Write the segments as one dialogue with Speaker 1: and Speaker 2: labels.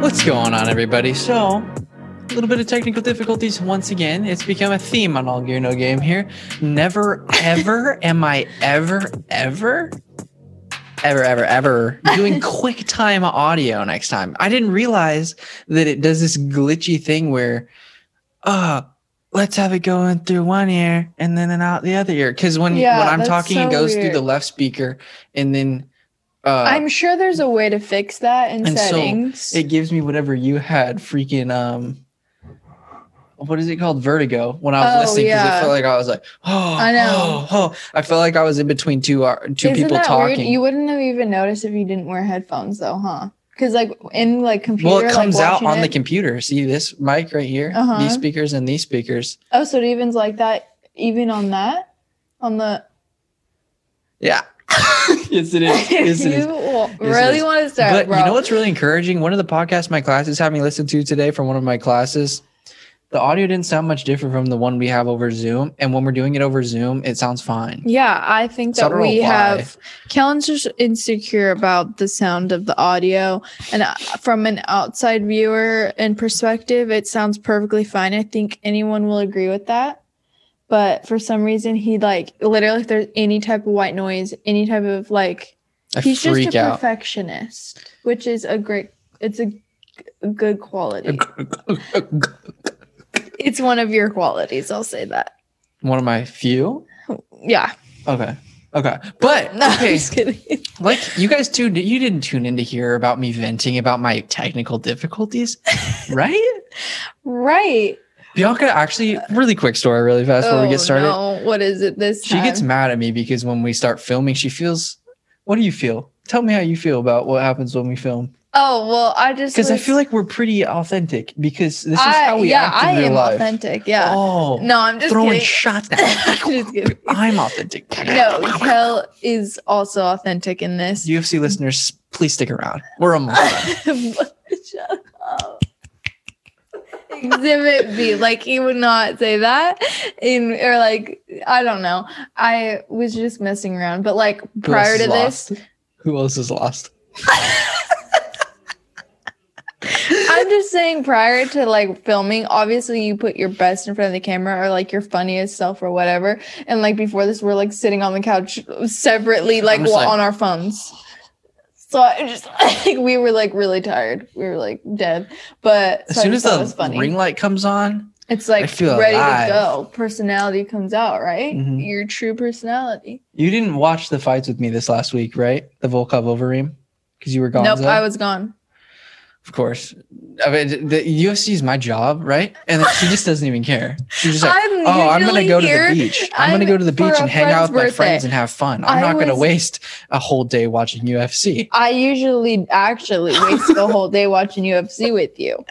Speaker 1: What's going on, everybody? So, a little bit of technical difficulties once again. It's become a theme on All Gear No Game here. Never, ever am I ever, ever, ever, ever, ever doing QuickTime audio next time. I didn't realize that it does this glitchy thing where, uh, let's have it going through one ear and then and out the other ear. Because when
Speaker 2: Yeah,
Speaker 1: when I'm
Speaker 2: that's
Speaker 1: talking,
Speaker 2: so
Speaker 1: it goes
Speaker 2: weird.
Speaker 1: through the left speaker and then. Uh,
Speaker 2: I'm sure there's a way to fix that in
Speaker 1: And so,
Speaker 2: settings.
Speaker 1: it gives me whatever you had freaking um what is it called vertigo when i was
Speaker 2: Oh,
Speaker 1: listening because it
Speaker 2: yeah.
Speaker 1: felt like i was like oh
Speaker 2: I know.
Speaker 1: oh, oh. i felt like i was in between two ar- two
Speaker 2: Isn't
Speaker 1: people
Speaker 2: that
Speaker 1: talking
Speaker 2: Weird? You wouldn't have even noticed if you didn't wear headphones, though, huh? Because like in like computer,
Speaker 1: well it comes
Speaker 2: like,
Speaker 1: out
Speaker 2: watching
Speaker 1: on the
Speaker 2: it-
Speaker 1: computer see this mic right here
Speaker 2: Uh-huh.
Speaker 1: these speakers and these speakers
Speaker 2: Oh, so it even's like that, even on that, on the.
Speaker 1: yeah yes it is yes
Speaker 2: you
Speaker 1: it is
Speaker 2: wa-
Speaker 1: it is.
Speaker 2: really want to start,
Speaker 1: but
Speaker 2: bro?
Speaker 1: you know what's really encouraging one of the podcasts my class is having listened to today from one of my classes the audio didn't sound much different from the one we have over zoom and when we're doing it over zoom it sounds fine
Speaker 2: Yeah, I think
Speaker 1: So I
Speaker 2: that
Speaker 1: don't know
Speaker 2: we
Speaker 1: why.
Speaker 2: have. Kellen's just insecure about the sound of the audio, and uh, from an outside viewer and perspective, it sounds perfectly fine. I think anyone will agree with that. But for some reason, he like literally, if there's any type of white noise, any type of like,
Speaker 1: I
Speaker 2: he's just
Speaker 1: freak
Speaker 2: a
Speaker 1: out.
Speaker 2: perfectionist, which is a great. It's a, g- a good quality. It's one of your qualities. I'll say that.
Speaker 1: One of my few.
Speaker 2: Yeah.
Speaker 1: Okay. Okay. But
Speaker 2: No, I'm
Speaker 1: okay,
Speaker 2: just kidding.
Speaker 1: like you guys tuned you didn't tune in to hear about me venting about my technical difficulties, right?
Speaker 2: right.
Speaker 1: Bianca actually really quick story really fast before we get started.
Speaker 2: Oh, No. What is it this
Speaker 1: She gets
Speaker 2: time?
Speaker 1: mad at me because when we start filming, she feels what do you feel? Tell me how you feel about what happens when we film.
Speaker 2: Oh well, I just
Speaker 1: Because I
Speaker 2: was-
Speaker 1: feel like we're pretty authentic because this is
Speaker 2: I-
Speaker 1: how we
Speaker 2: yeah,
Speaker 1: act in
Speaker 2: I
Speaker 1: real
Speaker 2: am
Speaker 1: life.
Speaker 2: authentic. Yeah.
Speaker 1: Oh,
Speaker 2: no, I'm just
Speaker 1: throwing
Speaker 2: kidding.
Speaker 1: shots
Speaker 2: I'm
Speaker 1: at me.
Speaker 2: just kidding.
Speaker 1: I'm authentic.
Speaker 2: No, Kel is also authentic in this.
Speaker 1: UFC listeners, please stick around. We're almost. done.
Speaker 2: Shut up. Exhibit B, like he would not say that, in or like I don't know. I was just messing around, but like
Speaker 1: Who else
Speaker 2: prior
Speaker 1: is
Speaker 2: to this,
Speaker 1: lost? who else is lost?
Speaker 2: I'm just saying, prior to like filming, obviously you put your best in front of the camera or like your funniest self or whatever. And like before this, we're like sitting on the couch separately, like,
Speaker 1: I'm just
Speaker 2: wa-
Speaker 1: like-
Speaker 2: on our phones. So I just like we were like really tired. We were like dead. But
Speaker 1: As
Speaker 2: so I
Speaker 1: soon as
Speaker 2: just thought it was
Speaker 1: the
Speaker 2: funny.
Speaker 1: ring light comes on,
Speaker 2: it's like
Speaker 1: I feel
Speaker 2: ready
Speaker 1: alive.
Speaker 2: to go. Personality comes out, right?
Speaker 1: Mhm.
Speaker 2: Your true personality.
Speaker 1: you didn't watch the fights with me this last week, right? The Volkov Overeem, because you were gone.
Speaker 2: Nope, I was gone.
Speaker 1: of course. I mean, the UFC is my job, right? And she just doesn't even care. She's just like,
Speaker 2: I'm
Speaker 1: oh, I'm gonna
Speaker 2: usually
Speaker 1: go to the
Speaker 2: here-
Speaker 1: beach. I'm, gonna
Speaker 2: I'm
Speaker 1: go to the
Speaker 2: for
Speaker 1: beach
Speaker 2: a
Speaker 1: and hang out
Speaker 2: friend's
Speaker 1: with my friends
Speaker 2: birthday.
Speaker 1: and have fun. I'm
Speaker 2: I
Speaker 1: not gonna
Speaker 2: was-
Speaker 1: waste a whole day watching UFC.
Speaker 2: I usually actually waste the whole day watching UFC with you.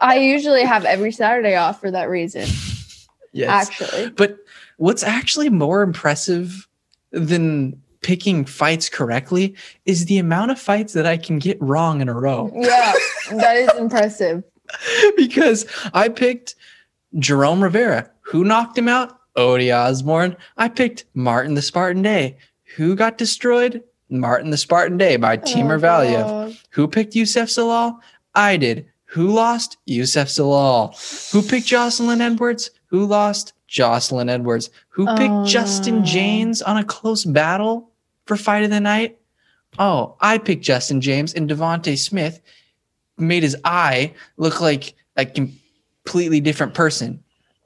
Speaker 2: I usually have every Saturday off for that reason,
Speaker 1: Yes.
Speaker 2: actually.
Speaker 1: But what's actually more impressive than picking fights correctly is the amount of fights that I can get wrong in a row.
Speaker 2: Yeah, that is impressive.
Speaker 1: because I picked Jerome Rivera, who knocked him out, Odie Osborne. I picked Martin the Spartan Day, who got destroyed, Martin the Spartan Day
Speaker 2: Oh
Speaker 1: by Timur Valiev. Who picked Yusef Salal? I did. Who lost? Yusef Salal. Who picked Jocelyn Edwards? Who lost? Jocelyn Edwards. Who picked
Speaker 2: Oh,
Speaker 1: Justin
Speaker 2: no.
Speaker 1: James on a close battle for fight of the night? Oh, I picked Justin James and Devonte Smith made his eye look like a completely different person.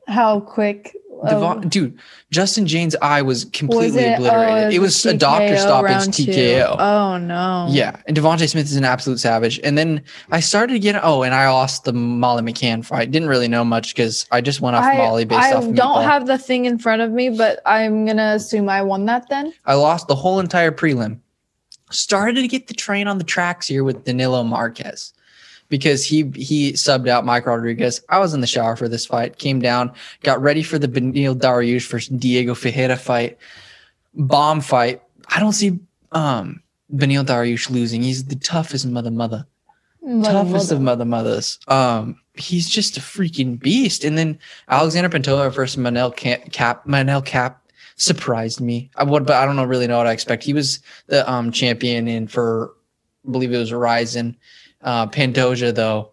Speaker 2: How quick. um, of-
Speaker 1: Devon, dude, Justin James' eye was completely
Speaker 2: oh,
Speaker 1: obliterated. it
Speaker 2: a
Speaker 1: was a
Speaker 2: TKO
Speaker 1: doctor stoppage
Speaker 2: round two.
Speaker 1: TKO.
Speaker 2: Oh, no.
Speaker 1: Yeah, and Devonte Smith is an absolute savage. And then I started getting oh, and I lost the Molly McCann fight. Didn't really know much because I just went off
Speaker 2: I,
Speaker 1: Molly based
Speaker 2: I
Speaker 1: off.
Speaker 2: don't
Speaker 1: meatball.
Speaker 2: have the thing in front of me, but I'm going to assume I won that then.
Speaker 1: I lost the whole entire prelim. Started to get the train on the tracks here with Danilo Marquez because he he subbed out Mike Rodriguez. I was in the shower for this fight. Came down, got ready for the Benil Dariush versus Diego Fajeda fight, bomb fight. I don't see um Benil Dariush losing. He's the toughest mother mother.
Speaker 2: Like,
Speaker 1: toughest
Speaker 2: well,
Speaker 1: of mother mothers. Um, he's just a freaking beast. And then Alexander Pantoja versus Manel Cap, Cap Manel Cap surprised me. I would, but I don't know really know what I expect. He was the um champion in for, I believe it was Ryzen, Uh, Pandoja, though,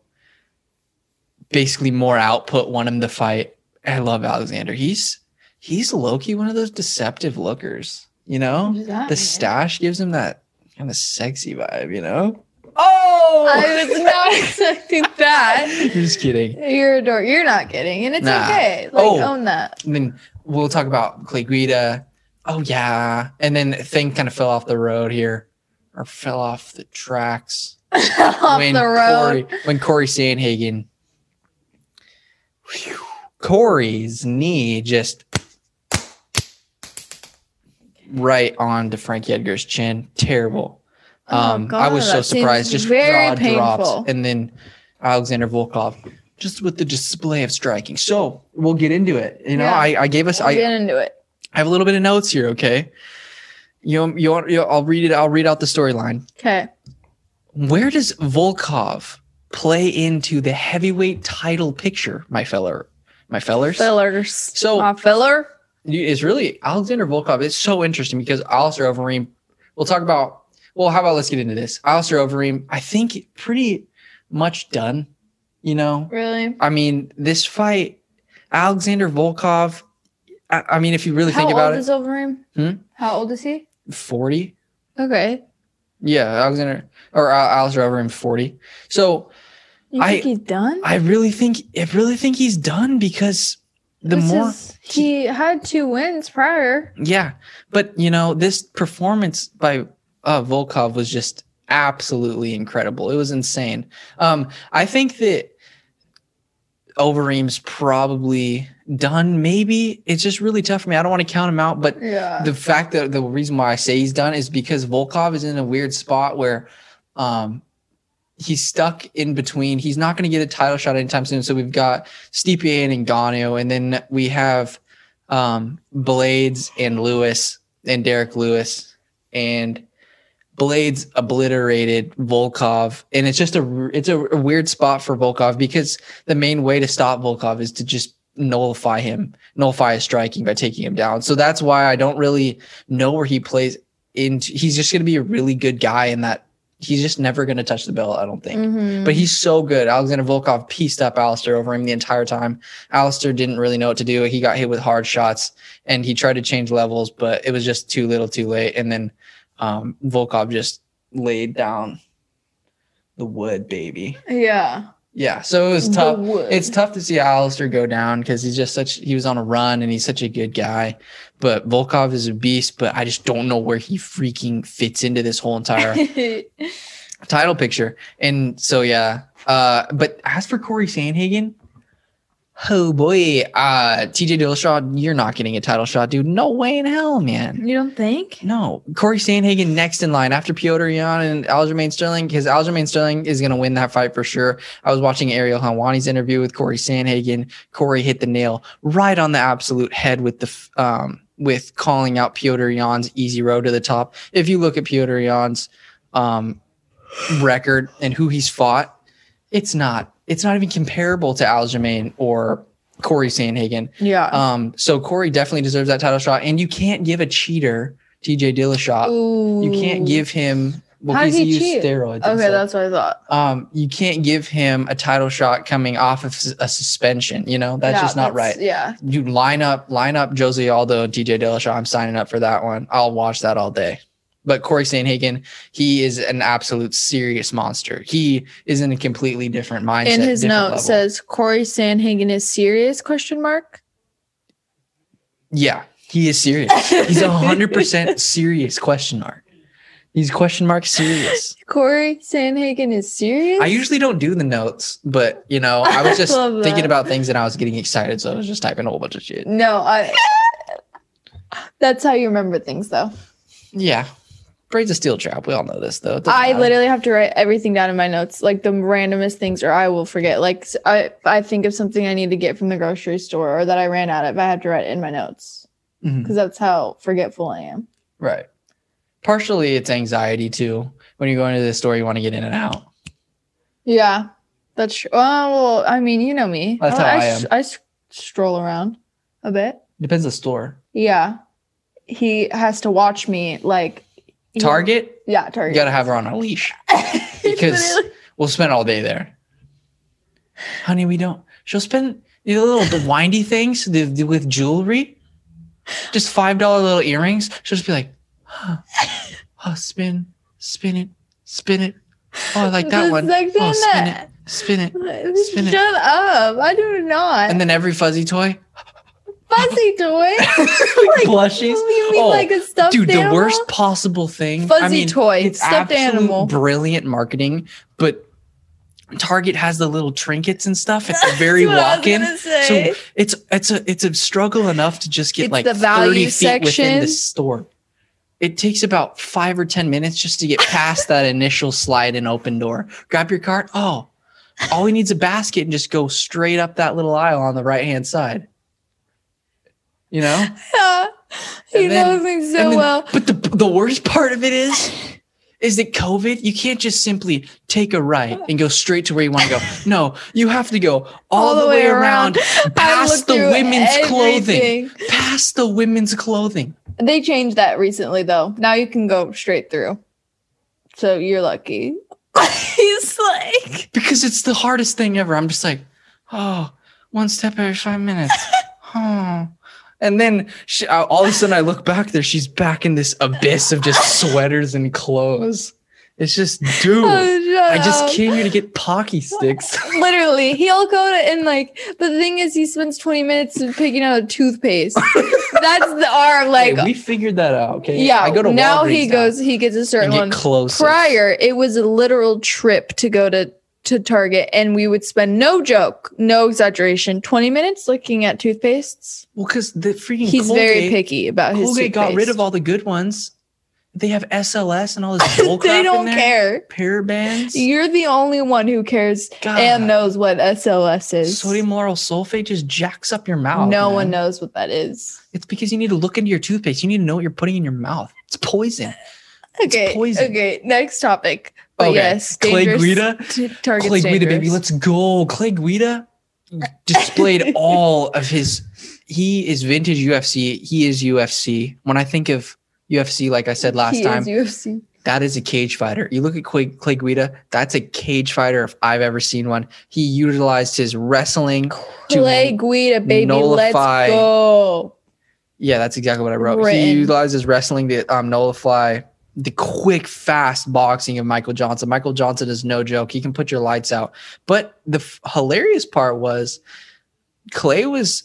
Speaker 1: basically more output, won him the fight. I love Alexander. He's he's Loki, one of those deceptive lookers. You know, the stash gives him that kind of sexy vibe. You know. Oh,
Speaker 2: I was not expecting that.
Speaker 1: You're just kidding.
Speaker 2: You're a dork. You're not kidding, and it's
Speaker 1: Nah.
Speaker 2: okay. Like
Speaker 1: Oh.
Speaker 2: own that.
Speaker 1: And then we'll talk about Clay Guida. Oh yeah, and then thing kind of fell off the road here, or fell off the tracks.
Speaker 2: Off the road.
Speaker 1: Corey, when Corey Sanhagen, Whew. Corey's knee just right onto Frankie Edgar's chin. Terrible.
Speaker 2: Oh,
Speaker 1: Um, I
Speaker 2: God,
Speaker 1: was so
Speaker 2: that seems
Speaker 1: surprised. Just
Speaker 2: very
Speaker 1: jaw
Speaker 2: painful.
Speaker 1: dropped, and then Alexander Volkov, just with the display of striking. So we'll get into it. You know,
Speaker 2: Yeah.
Speaker 1: I, I gave us.
Speaker 2: I'll
Speaker 1: I,
Speaker 2: get into it.
Speaker 1: I have a little bit of notes here. Okay, you want- you, want- you I'll read it. I'll read out the storyline
Speaker 2: Okay.
Speaker 1: where does Volkov play into the heavyweight title picture, my feller, my fellers?
Speaker 2: Fillers.
Speaker 1: So-
Speaker 2: my filler.
Speaker 1: You- it's really Alexander Volkov. It's so interesting because Alistair Overeem. We'll talk about. Well, how about let's get into this? Alistair Overeem. I think pretty much done. You know,
Speaker 2: Really?
Speaker 1: I mean, this fight, Alexander Volkov. I, I mean, if you really
Speaker 2: How
Speaker 1: think about
Speaker 2: old
Speaker 1: it,
Speaker 2: is Overeem?
Speaker 1: Hmm?
Speaker 2: How old is he?
Speaker 1: forty.
Speaker 2: Okay.
Speaker 1: Yeah, Alexander or uh, Alistair Overeem, forty. So
Speaker 2: You
Speaker 1: I-
Speaker 2: think he's done?
Speaker 1: I really think I really think he's done because the
Speaker 2: This
Speaker 1: more
Speaker 2: is- he had two wins prior.
Speaker 1: yeah, but you know this performance by uh, Volkov was just absolutely incredible. It was insane. Um, I think that Overeem's probably done. Maybe it's just really tough for me. I don't want to count him out, but
Speaker 2: Yeah.
Speaker 1: the fact that the reason why I say he's done is because Volkov is in a weird spot where um he's stuck in between. He's not going to get a title shot anytime soon. So we've got Stipe and Ngannou, and then we have um Blades and Lewis and Derek Lewis and Blades obliterated Volkov, and it's just a r- it's a, a weird spot for Volkov because the main way to stop Volkov is to just nullify him, nullify his striking by taking him down. So that's why I don't really know where he plays into. He's just going to be a really good guy in that he's just never going to touch the bell. I don't think.
Speaker 2: Mhm.
Speaker 1: But he's so good. Alexander Volkov pieced up Alistair over him the entire time. Alistair didn't really know what to do. He got hit with hard shots and he tried to change levels, but it was just too little too late. And then um, Volkov just laid down the wood, baby.
Speaker 2: yeah.
Speaker 1: Yeah. So it was
Speaker 2: The
Speaker 1: tough.
Speaker 2: wood.
Speaker 1: It's tough to see Alistair go down because he's just such he was on a run and he's such a good guy. But Volkov is a beast, but I just don't know where he freaking fits into this whole entire title picture. And so yeah. Uh but as for Corey Sandhagen, oh boy, uh TJ Dillashaw, you're not getting a title shot, dude. No way in hell, man.
Speaker 2: you don't think?
Speaker 1: No, Corey Sandhagen next in line after Piotr Jan and Aljamain Sterling because Aljamain Sterling is going to win that fight for sure. I was watching Ariel Helwani's interview with Corey Sandhagen. Corey hit the nail right on the absolute head with the f- um with calling out Piotr Jan's easy road to the top. If you look at Piotr Jan's um record and who he's fought, it's not it's not even comparable to Aljamain or Corey Sandhagen.
Speaker 2: Yeah.
Speaker 1: Um, so Corey definitely deserves that title shot, and you can't give a cheater TJ Dillashaw.
Speaker 2: Ooh.
Speaker 1: You can't give him. Well,
Speaker 2: How did
Speaker 1: he's
Speaker 2: he
Speaker 1: used
Speaker 2: cheat?
Speaker 1: steroids. and
Speaker 2: Okay,
Speaker 1: stuff.
Speaker 2: that's what I thought.
Speaker 1: um, you can't give him a title shot coming off of s- a suspension. You know that's
Speaker 2: Yeah,
Speaker 1: just not
Speaker 2: that's-
Speaker 1: right.
Speaker 2: Yeah.
Speaker 1: You line up, line up Josie Aldo and TJ Dillashaw. I'm signing up for that one. I'll watch that all day. But Corey Sanhagen, he is an absolute serious monster. He is in a completely different mindset.
Speaker 2: And his
Speaker 1: different
Speaker 2: note
Speaker 1: level.
Speaker 2: says Corey Sandhagen is serious question mark.
Speaker 1: Yeah, he is serious. He's a hundred percent serious question mark. He's question mark serious.
Speaker 2: Corey Sandhagen is serious.
Speaker 1: I usually don't do the notes, but you know, I was just
Speaker 2: Love that.
Speaker 1: thinking about things and I was getting excited, so I was just typing a whole bunch of shit.
Speaker 2: no, I that's how you remember things though.
Speaker 1: Yeah, braids a steel trap. We all know this, though. It doesn't
Speaker 2: I
Speaker 1: matter.
Speaker 2: literally have to write everything down in my notes, like the randomest things, or I will forget. Like s- I, I think of something I need to get from the grocery store or that I ran out of. I have to write it in my notes
Speaker 1: Mhm.
Speaker 2: because that's how forgetful I am.
Speaker 1: right. Partially, it's anxiety too. When you go into the store, you want to get in and out.
Speaker 2: Yeah, that's tr- oh, well. I mean, you know me.
Speaker 1: That's how I
Speaker 2: s- I s- stroll around a bit.
Speaker 1: Depends on the store.
Speaker 2: Yeah, he has to watch me like he-
Speaker 1: Target,
Speaker 2: Yeah,
Speaker 1: you
Speaker 2: Target.
Speaker 1: gotta have her on a leash
Speaker 2: He
Speaker 1: because
Speaker 2: literally-
Speaker 1: will spend all day there. Honey, we don't. She'll spend the little the windy things the, the- with jewelry, just five dollar little earrings. She'll just be like, huh, oh, spin, spin it, spin it. Oh, I like that
Speaker 2: The
Speaker 1: one.
Speaker 2: second
Speaker 1: Oh, spin it,
Speaker 2: that-
Speaker 1: spin it. Spin it.
Speaker 2: Shut up. I do not.
Speaker 1: And then every fuzzy toy,
Speaker 2: Fuzzy toy?
Speaker 1: like plushies.
Speaker 2: You mean
Speaker 1: Oh,
Speaker 2: like a stuffed
Speaker 1: Dude, the
Speaker 2: animal?
Speaker 1: worst possible thing.
Speaker 2: Fuzzy
Speaker 1: I mean,
Speaker 2: toy,
Speaker 1: It's
Speaker 2: stuffed
Speaker 1: absolute
Speaker 2: animal.
Speaker 1: Brilliant marketing, but Target has the little trinkets and stuff. It's a very
Speaker 2: That's what I was
Speaker 1: walk-in.
Speaker 2: gonna
Speaker 1: So
Speaker 2: say.
Speaker 1: it's it's a it's a struggle enough to just get
Speaker 2: It's
Speaker 1: like
Speaker 2: the value
Speaker 1: thirty feet within the
Speaker 2: section.
Speaker 1: store. It takes about five or ten minutes just to get past that initial slide and open door. Grab your cart. Oh, all we needs a basket and just go straight up that little aisle on the right hand side. You know.
Speaker 2: Yeah. He
Speaker 1: And then-
Speaker 2: knows me
Speaker 1: And
Speaker 2: so
Speaker 1: then-
Speaker 2: well.
Speaker 1: But the the worst part of it is, is that COVID. You can't just simply take a right and go straight to where you want to go. No, you have to go all, the, way, around,
Speaker 2: I
Speaker 1: past
Speaker 2: looked
Speaker 1: the
Speaker 2: through
Speaker 1: women's clothing,
Speaker 2: everything.
Speaker 1: past the women's clothing.
Speaker 2: They changed that recently, though. Now you can go straight through. So you're lucky. He's like,
Speaker 1: Because it's the hardest thing ever. I'm just like, oh, one step every five minutes. oh. And then she, I- all of a sudden, I look back there. She's back in this abyss of just sweaters and clothes. It's just, dude,
Speaker 2: oh, shut
Speaker 1: I
Speaker 2: up.
Speaker 1: just came here to get pocky sticks.
Speaker 2: Literally, he'll go to and like the thing is, he spends 20 minutes picking out a toothpaste. That's the arm, like,
Speaker 1: Hey, we figured that out. Okay.
Speaker 2: yeah.
Speaker 1: I go to
Speaker 2: now
Speaker 1: Walgreens
Speaker 2: he goes, he gets a certain
Speaker 1: and get
Speaker 2: one.
Speaker 1: close.
Speaker 2: Prior, it was a literal trip to go to to Target, and we would spend no joke, no exaggeration, 20 minutes looking at toothpastes.
Speaker 1: Well, because the freaking
Speaker 2: He's
Speaker 1: Colgate,
Speaker 2: very picky about his.
Speaker 1: Colgate got rid of all the good ones. They have SLS and all this bull crap
Speaker 2: they
Speaker 1: in
Speaker 2: don't
Speaker 1: there.
Speaker 2: care.
Speaker 1: Parabands.
Speaker 2: You're the only one who cares
Speaker 1: God.
Speaker 2: and knows what SLS is.
Speaker 1: Sodium lauryl sulfate just jacks up your mouth.
Speaker 2: no
Speaker 1: man.
Speaker 2: one knows what that is.
Speaker 1: It's because you need to look into your toothpaste. You need to know what you're putting in your mouth. It's poison.
Speaker 2: Okay.
Speaker 1: poison.
Speaker 2: Okay. Next topic. But
Speaker 1: Okay,
Speaker 2: yes,
Speaker 1: Clay
Speaker 2: dangerous
Speaker 1: Guida?
Speaker 2: t- target's
Speaker 1: Clay Guida, baby,
Speaker 2: dangerous.
Speaker 1: let's go. Clay Guida displayed all of his. He is vintage UFC. He is UFC. When I think of UFC, like I said last
Speaker 2: He is
Speaker 1: time,
Speaker 2: UFC.
Speaker 1: that is a cage fighter. You look at Clay, Clay Guida, that's a cage fighter if I've ever seen one. He utilized his wrestling. to-
Speaker 2: Clay Guida, baby,
Speaker 1: nullify-
Speaker 2: let's go.
Speaker 1: yeah, that's exactly what I wrote. He
Speaker 2: Written.
Speaker 1: utilized his wrestling to um, nullify the quick, fast boxing of Michael Johnson. Michael Johnson is no joke. He can put your lights out. But the f- hilarious part was Clay was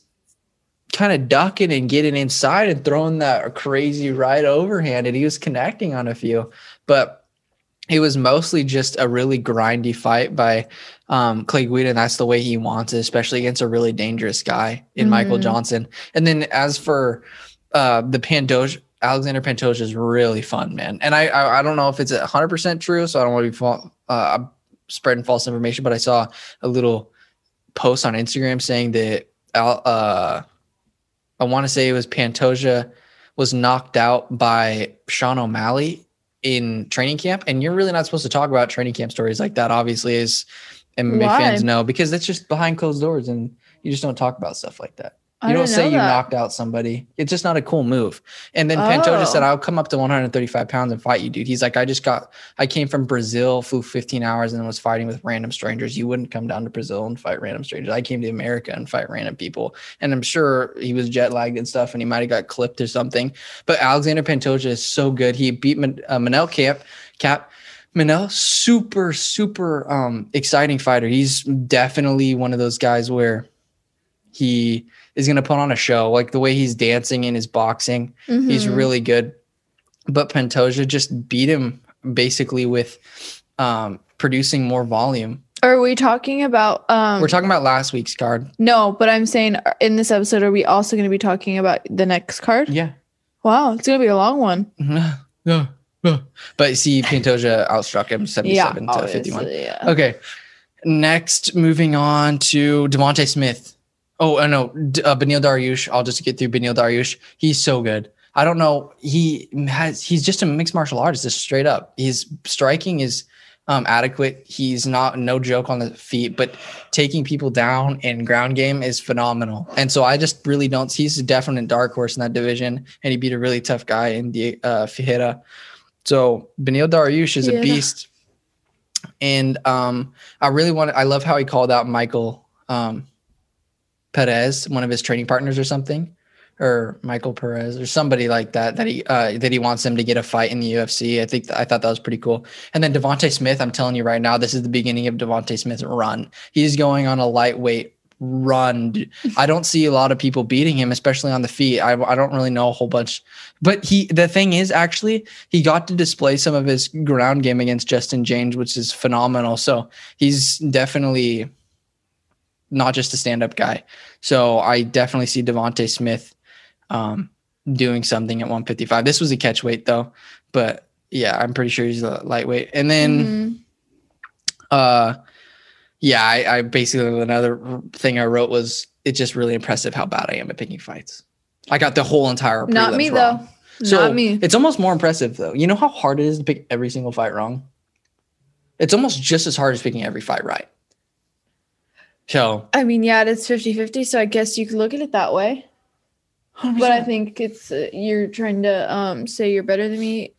Speaker 1: kind of ducking and getting inside and throwing that crazy right overhand, and he was connecting on a few. But it was mostly just a really grindy fight by um, Clay Guida, and that's the way he wants it, especially against a really dangerous guy in Michael
Speaker 2: Mhm.
Speaker 1: Johnson. And then as for uh, the Pantoja, Alexander Pantoja is really fun, man. And I, I I don't know if it's hundred percent true, so I don't want to be fa- uh, spreading false information. But I saw a little post on Instagram saying that Al, uh, I want to say it was Pantoja was knocked out by Sean O'Malley in training camp, and you're really not supposed to talk about training camp stories like that. Obviously, as MMA
Speaker 2: Why?
Speaker 1: fans know, because that's just behind closed doors, and you just don't talk about stuff like that.
Speaker 2: I
Speaker 1: You don't
Speaker 2: didn't
Speaker 1: say
Speaker 2: know
Speaker 1: you
Speaker 2: that.
Speaker 1: knocked out somebody. It's just not a cool move. And then Pantoja said,
Speaker 2: Oh.
Speaker 1: I'll come up to 135 pounds and fight you, dude. He's like, I just got, I came from Brazil, flew 15 hours and was fighting with random strangers. You wouldn't come down to Brazil and fight random strangers. I came to America and fight random people. And I'm sure he was jet lagged and stuff and he might have got clipped or something. But Alexander Pantoja is so good. He beat Man- uh, Manel Camp, Cap, Manel, super, super um, exciting fighter. He's definitely one of those guys where he is going to put on a show. Like the way he's dancing in his boxing, he's
Speaker 2: Mhm.
Speaker 1: really good. But Pantoja just beat him basically with um, producing more volume.
Speaker 2: Are we talking about? um
Speaker 1: We're talking about last week's card.
Speaker 2: No, but I'm saying uh, in this episode, are we also going to be talking about the next card?
Speaker 1: Yeah.
Speaker 2: Wow, it's going to be a long one.
Speaker 1: Yeah. but see, Pantoja outstruck him 77 to 51.
Speaker 2: obviously, yeah.
Speaker 1: Okay. Next, moving on to Devonte Smith. Oh, uh, no, D- uh, Benil Dariush. I'll just get through Benil Dariush. He's so good. I don't know. He has. He's just a mixed martial artist, just straight up. His striking is um, adequate. He's not no joke on the feet, but taking people down and ground game is phenomenal. And so I just really don't. He's a definite dark horse in that division, and he beat a really tough guy in the uh, Fijera. So Benil Dariush is a
Speaker 2: Fijera.
Speaker 1: beast. and um, I really want. I love how he called out Michael um, Perez, one of his training partners or something, or Michael Perez or somebody like that. That he uh, that he wants him to get a fight in the UFC. I think I thought that was pretty cool. And then Devonte Smith, I'm telling you right now, this is the beginning of Devonte Smith's run. He's going on a lightweight run. dude. I don't see a lot of people beating him, especially on the feet. I, I don't really know a whole bunch. But he, the thing is, actually, he got to display some of his ground game against Justin James, which is phenomenal. So he's definitely not just a stand up guy. So I definitely see Devonte Smith um, doing something at 155. This was a catch weight though, but yeah, I'm pretty sure he's a lightweight. And then
Speaker 2: Mhm.
Speaker 1: uh yeah I, I basically another thing i wrote was it's just really impressive how bad i am at picking fights i got the whole entire
Speaker 2: Not
Speaker 1: prelims
Speaker 2: me
Speaker 1: wrong.
Speaker 2: though. Not me.
Speaker 1: it's almost more impressive though you know how hard it is to pick every single fight wrong it's almost just as hard as picking every fight right so
Speaker 2: I mean, yeah, it's 50-50, so I guess you could look at it that way. But I think it's uh, you're trying to um say you're better than me.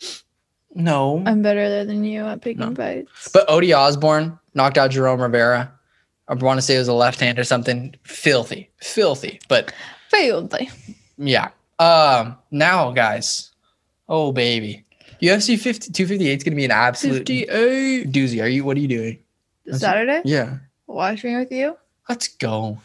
Speaker 1: no
Speaker 2: I'm better than you at picking
Speaker 1: No.
Speaker 2: fights.
Speaker 1: but odie osborne knocked out jerome rivera i want to say it was a left hand or something filthy filthy but
Speaker 2: failed.
Speaker 1: Yeah. Um. Now, guys. Oh, baby. UFC 50, 258 is going to be an absolute
Speaker 2: 58
Speaker 1: doozy. Are you? What are you doing? That's-
Speaker 2: Saturday
Speaker 1: Yeah.
Speaker 2: watching with you.
Speaker 1: Let's go.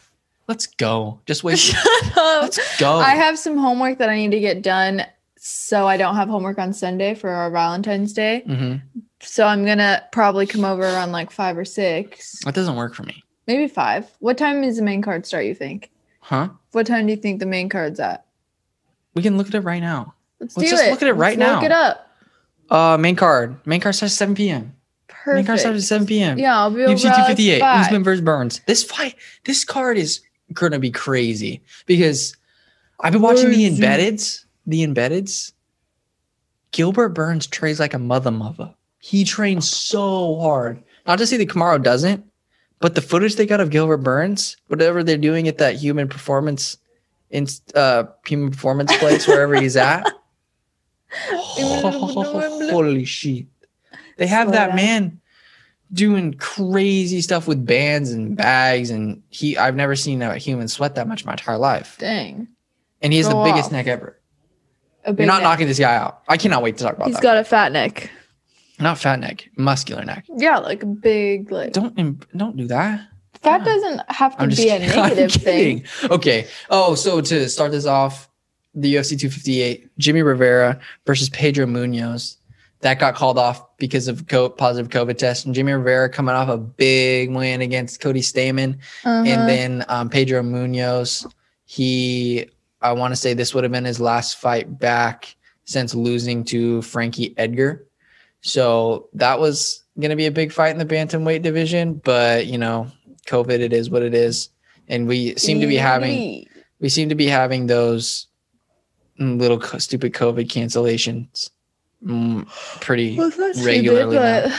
Speaker 1: Let's go. Just wait.
Speaker 2: Shut up.
Speaker 1: Let's go.
Speaker 2: Um, I have some homework that I need to get done, so I don't have homework on Sunday for our Valentine's Day.
Speaker 1: Mhm.
Speaker 2: So I'm gonna probably come over around like five or six,
Speaker 1: That doesn't work for me.
Speaker 2: maybe five. What time is the main card start? You think?
Speaker 1: Huh?
Speaker 2: What time do you think the main card's at?
Speaker 1: We can look at it right now.
Speaker 2: Let's,
Speaker 1: Let's
Speaker 2: do
Speaker 1: just
Speaker 2: it.
Speaker 1: look at it right
Speaker 2: Let's
Speaker 1: now.
Speaker 2: Look it up.
Speaker 1: Uh, main card. Main card starts at 7 p.m. Main
Speaker 2: Perfect.
Speaker 1: card starts at 7 p.m.
Speaker 2: yeah, I'll be over.
Speaker 1: UFC 258.
Speaker 2: Like five.
Speaker 1: Usman versus Burns. This fight, this card is gonna be crazy because I've been watching the
Speaker 2: Crazy.
Speaker 1: embeddeds. The embeddeds. Gilbert Burns trains like a mother mother. He trains so hard. Not to say that Camaro doesn't, but the footage they got of Gilbert Burns, whatever they're doing at that human performance, in uh, human performance place wherever he's at. Holy shit! They have
Speaker 2: Slow
Speaker 1: that
Speaker 2: down.
Speaker 1: man doing crazy stuff with bands and bags, and he—I've never seen a human sweat that much in my entire life.
Speaker 2: Dang.
Speaker 1: And he has the
Speaker 2: Go
Speaker 1: biggest
Speaker 2: off.
Speaker 1: neck ever.
Speaker 2: A big
Speaker 1: You're not
Speaker 2: neck.
Speaker 1: knocking this guy out. I cannot wait to talk about
Speaker 2: He's
Speaker 1: that.
Speaker 2: got a fat neck.
Speaker 1: not fat neck, muscular neck.
Speaker 2: Yeah, like a big like.
Speaker 1: Don't im- don't do that.
Speaker 2: That
Speaker 1: Yeah.
Speaker 2: doesn't have to
Speaker 1: I'm
Speaker 2: be
Speaker 1: just
Speaker 2: a
Speaker 1: kidding. I'm
Speaker 2: negative thing.
Speaker 1: kidding. Okay. Oh, so to start this off, the UFC 258, Jimmy Rivera versus Pedro Munoz. That got called off because of co- positive COVID test. And Jimmy Rivera coming off a big win against Cody Stamen.
Speaker 2: Uh-huh.
Speaker 1: And then um, Pedro Munoz, he, I want to say this would have been his last fight back since losing to Frankie Edgar. So that was going to be a big fight in the bantamweight division, but you know, COVID, it is what it is. And we seem to be having,
Speaker 2: Yee.
Speaker 1: we seem to be having those little co- stupid COVID cancellations mm, pretty.
Speaker 2: Well, that's
Speaker 1: regularly
Speaker 2: stupid,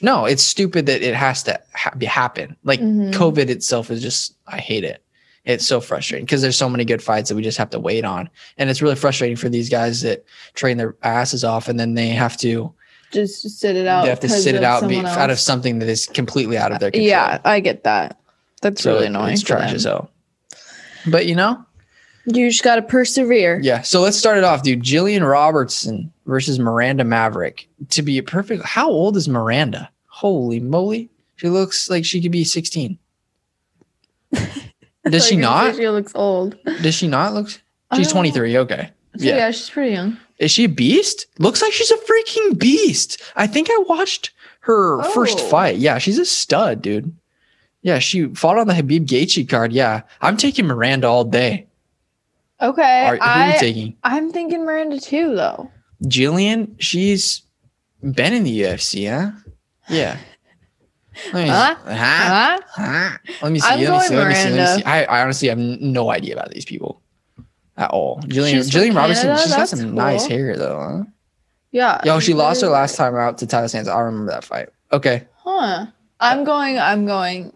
Speaker 1: No, it's stupid that it has to ha- be happen. Like
Speaker 2: but Mhm.
Speaker 1: COVID itself is just, I hate it. It's so frustrating because there's so many good fights that we just have to wait on. And it's really frustrating for these guys that train their asses off and then they have to
Speaker 2: just sit it
Speaker 1: they
Speaker 2: out.
Speaker 1: have to
Speaker 2: 'cause
Speaker 1: sit it
Speaker 2: of
Speaker 1: out and be
Speaker 2: someone
Speaker 1: out of
Speaker 2: else.
Speaker 1: something that is completely out of their control.
Speaker 2: Yeah, I get that. That's
Speaker 1: So
Speaker 2: really
Speaker 1: it-
Speaker 2: annoying.
Speaker 1: It's
Speaker 2: for
Speaker 1: trash
Speaker 2: them.
Speaker 1: as hell. But you know,
Speaker 2: You just gotta persevere.
Speaker 1: yeah. So let's start it off, dude. Jillian Robertson versus Miranda Maverick. To be a perfect, how old is Miranda? Holy moly, she looks like she could be 16. Does she
Speaker 2: Like,
Speaker 1: not?
Speaker 2: She looks old.
Speaker 1: Does she not look?
Speaker 2: I
Speaker 1: She's
Speaker 2: don't-
Speaker 1: 23. Okay.
Speaker 2: So,
Speaker 1: yeah.
Speaker 2: yeah. she's pretty young.
Speaker 1: Is she a beast? Looks like she's a freaking beast. I think I watched her first
Speaker 2: Oh.
Speaker 1: fight. Yeah, she's a stud, dude. Yeah, she fought on the Habib Gaethje card. Yeah, I'm taking Miranda all day.
Speaker 2: Okay,
Speaker 1: Are, who are you
Speaker 2: I
Speaker 1: taking?
Speaker 2: I'm thinking Miranda too though.
Speaker 1: Jillian? She's been in the UFC, huh? Yeah. Let me,
Speaker 2: Huh?
Speaker 1: huh?
Speaker 2: Huh?
Speaker 1: Huh? Let me see.
Speaker 2: I'm
Speaker 1: Let me
Speaker 2: going
Speaker 1: see. Let me see. Let me
Speaker 2: Miranda.
Speaker 1: see. I, I honestly have n- no idea about these people at all. Jillian,
Speaker 2: She's from
Speaker 1: Jillian Robertson,
Speaker 2: Canada?
Speaker 1: she's got
Speaker 2: That's
Speaker 1: some nice
Speaker 2: cool.
Speaker 1: hair, though, huh?
Speaker 2: Yeah.
Speaker 1: Uh, Yo, she lost her
Speaker 2: really-
Speaker 1: last time out to Tyler Sands. I remember that fight. Okay.
Speaker 2: Huh. I'm going. I'm going.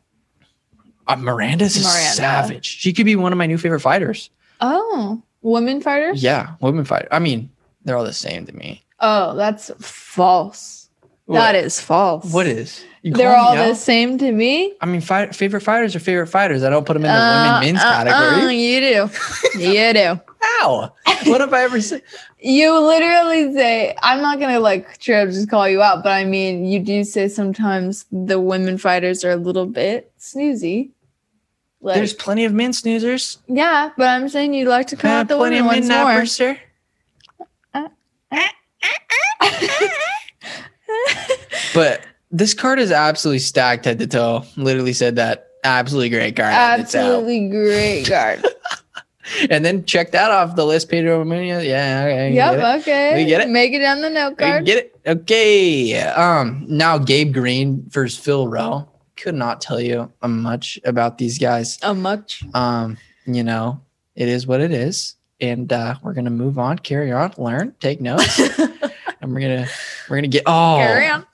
Speaker 1: Uh, Miranda's a
Speaker 2: Miranda.
Speaker 1: savage. She could be one of my new favorite fighters.
Speaker 2: Oh, women fighters.
Speaker 1: Yeah, women fighter. I mean, they're all the same to me.
Speaker 2: Oh, that's false. That is false.
Speaker 1: What is? You
Speaker 2: They're
Speaker 1: calling
Speaker 2: all
Speaker 1: me
Speaker 2: the
Speaker 1: out?
Speaker 2: same to me.
Speaker 1: I mean, fi- favorite fighters are favorite fighters. I don't put them in the
Speaker 2: Uh,
Speaker 1: women men's
Speaker 2: uh, uh,
Speaker 1: category.
Speaker 2: you do. you do.
Speaker 1: How? What have I ever said?
Speaker 2: You literally say, I'm not gonna like straight up just call you out, but I mean, you do say sometimes the women fighters are a little bit snoozy. Like,
Speaker 1: There's plenty of men snoozers.
Speaker 2: yeah, but I'm saying you like to call
Speaker 1: Uh,
Speaker 2: out the
Speaker 1: plenty
Speaker 2: women
Speaker 1: of men
Speaker 2: once more.
Speaker 1: nappers, sir. But this card is absolutely stacked head to toe. Literally said that. Absolutely great card. and it's out.
Speaker 2: Absolutely great guard.
Speaker 1: And then check that off the list, Pedro Munoz. Yeah, okay. you get it.
Speaker 2: yep, oh, okay.
Speaker 1: We get it?
Speaker 2: Make it on the note
Speaker 1: I
Speaker 2: card.
Speaker 1: get it. Okay. Um. Now Gabe Green versus Phil Rowe. Could not tell you uh, much about these guys.
Speaker 2: A much.
Speaker 1: Um. You know, it is what it is, and uh, we're gonna move on, carry on, learn, take notes, and we're gonna we're gonna get oh
Speaker 2: Carry on.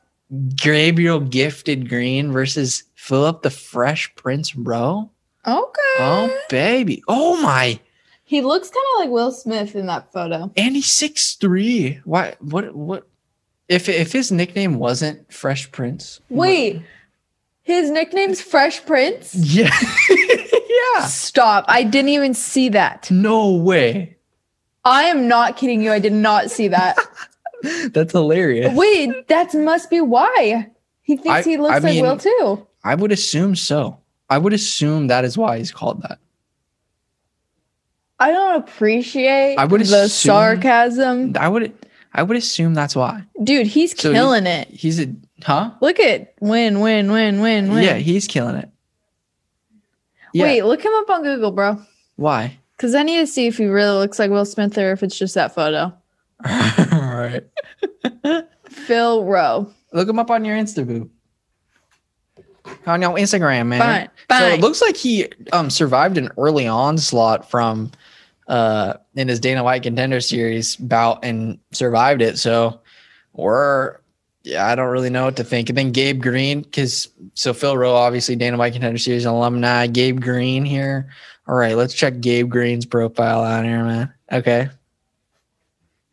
Speaker 1: Gabriel Gifted Green versus Philip the Fresh Prince Rowe.
Speaker 2: Okay.
Speaker 1: Oh baby. Oh my.
Speaker 2: He looks kind of like Will Smith in that photo.
Speaker 1: And he's six three. Why? What? What? If if his nickname wasn't Fresh Prince? what-
Speaker 2: Wait, his nickname's Fresh Prince?
Speaker 1: Yeah. yeah.
Speaker 2: Stop. I didn't even see that.
Speaker 1: No way.
Speaker 2: I am not kidding you. I did not see that.
Speaker 1: That's hilarious.
Speaker 2: Wait, that must be why. He thinks
Speaker 1: I-
Speaker 2: he looks
Speaker 1: I
Speaker 2: like
Speaker 1: mean-
Speaker 2: Will too.
Speaker 1: I would assume so. I would assume that is why he's called that.
Speaker 2: I don't appreciate
Speaker 1: I would
Speaker 2: the
Speaker 1: assume-
Speaker 2: sarcasm.
Speaker 1: I would I would assume that's why.
Speaker 2: Dude, he's
Speaker 1: So he-
Speaker 2: killing it.
Speaker 1: He's a huh?
Speaker 2: Look at win, win, win, win, win.
Speaker 1: Yeah, he's killing it. Yeah.
Speaker 2: Wait, look him up on Google, bro.
Speaker 1: Why?
Speaker 2: Because I need to see if he really looks like Will Smith or if it's just that photo.
Speaker 1: All right.
Speaker 2: Phil Rowe.
Speaker 1: Look him up on your Insta boo. On your Instagram, man.
Speaker 2: Fine.
Speaker 1: Eh? So
Speaker 2: Fine.
Speaker 1: it looks like he um, survived an early onslaught from uh, in his Dana White contender series bout and survived it. So we're yeah, I don't really know what to think. And then Gabe Green, because so Phil Rowe, obviously Dana White contender series alumni. Gabe Green here. All right, let's check Gabe Green's profile out here, man. Okay.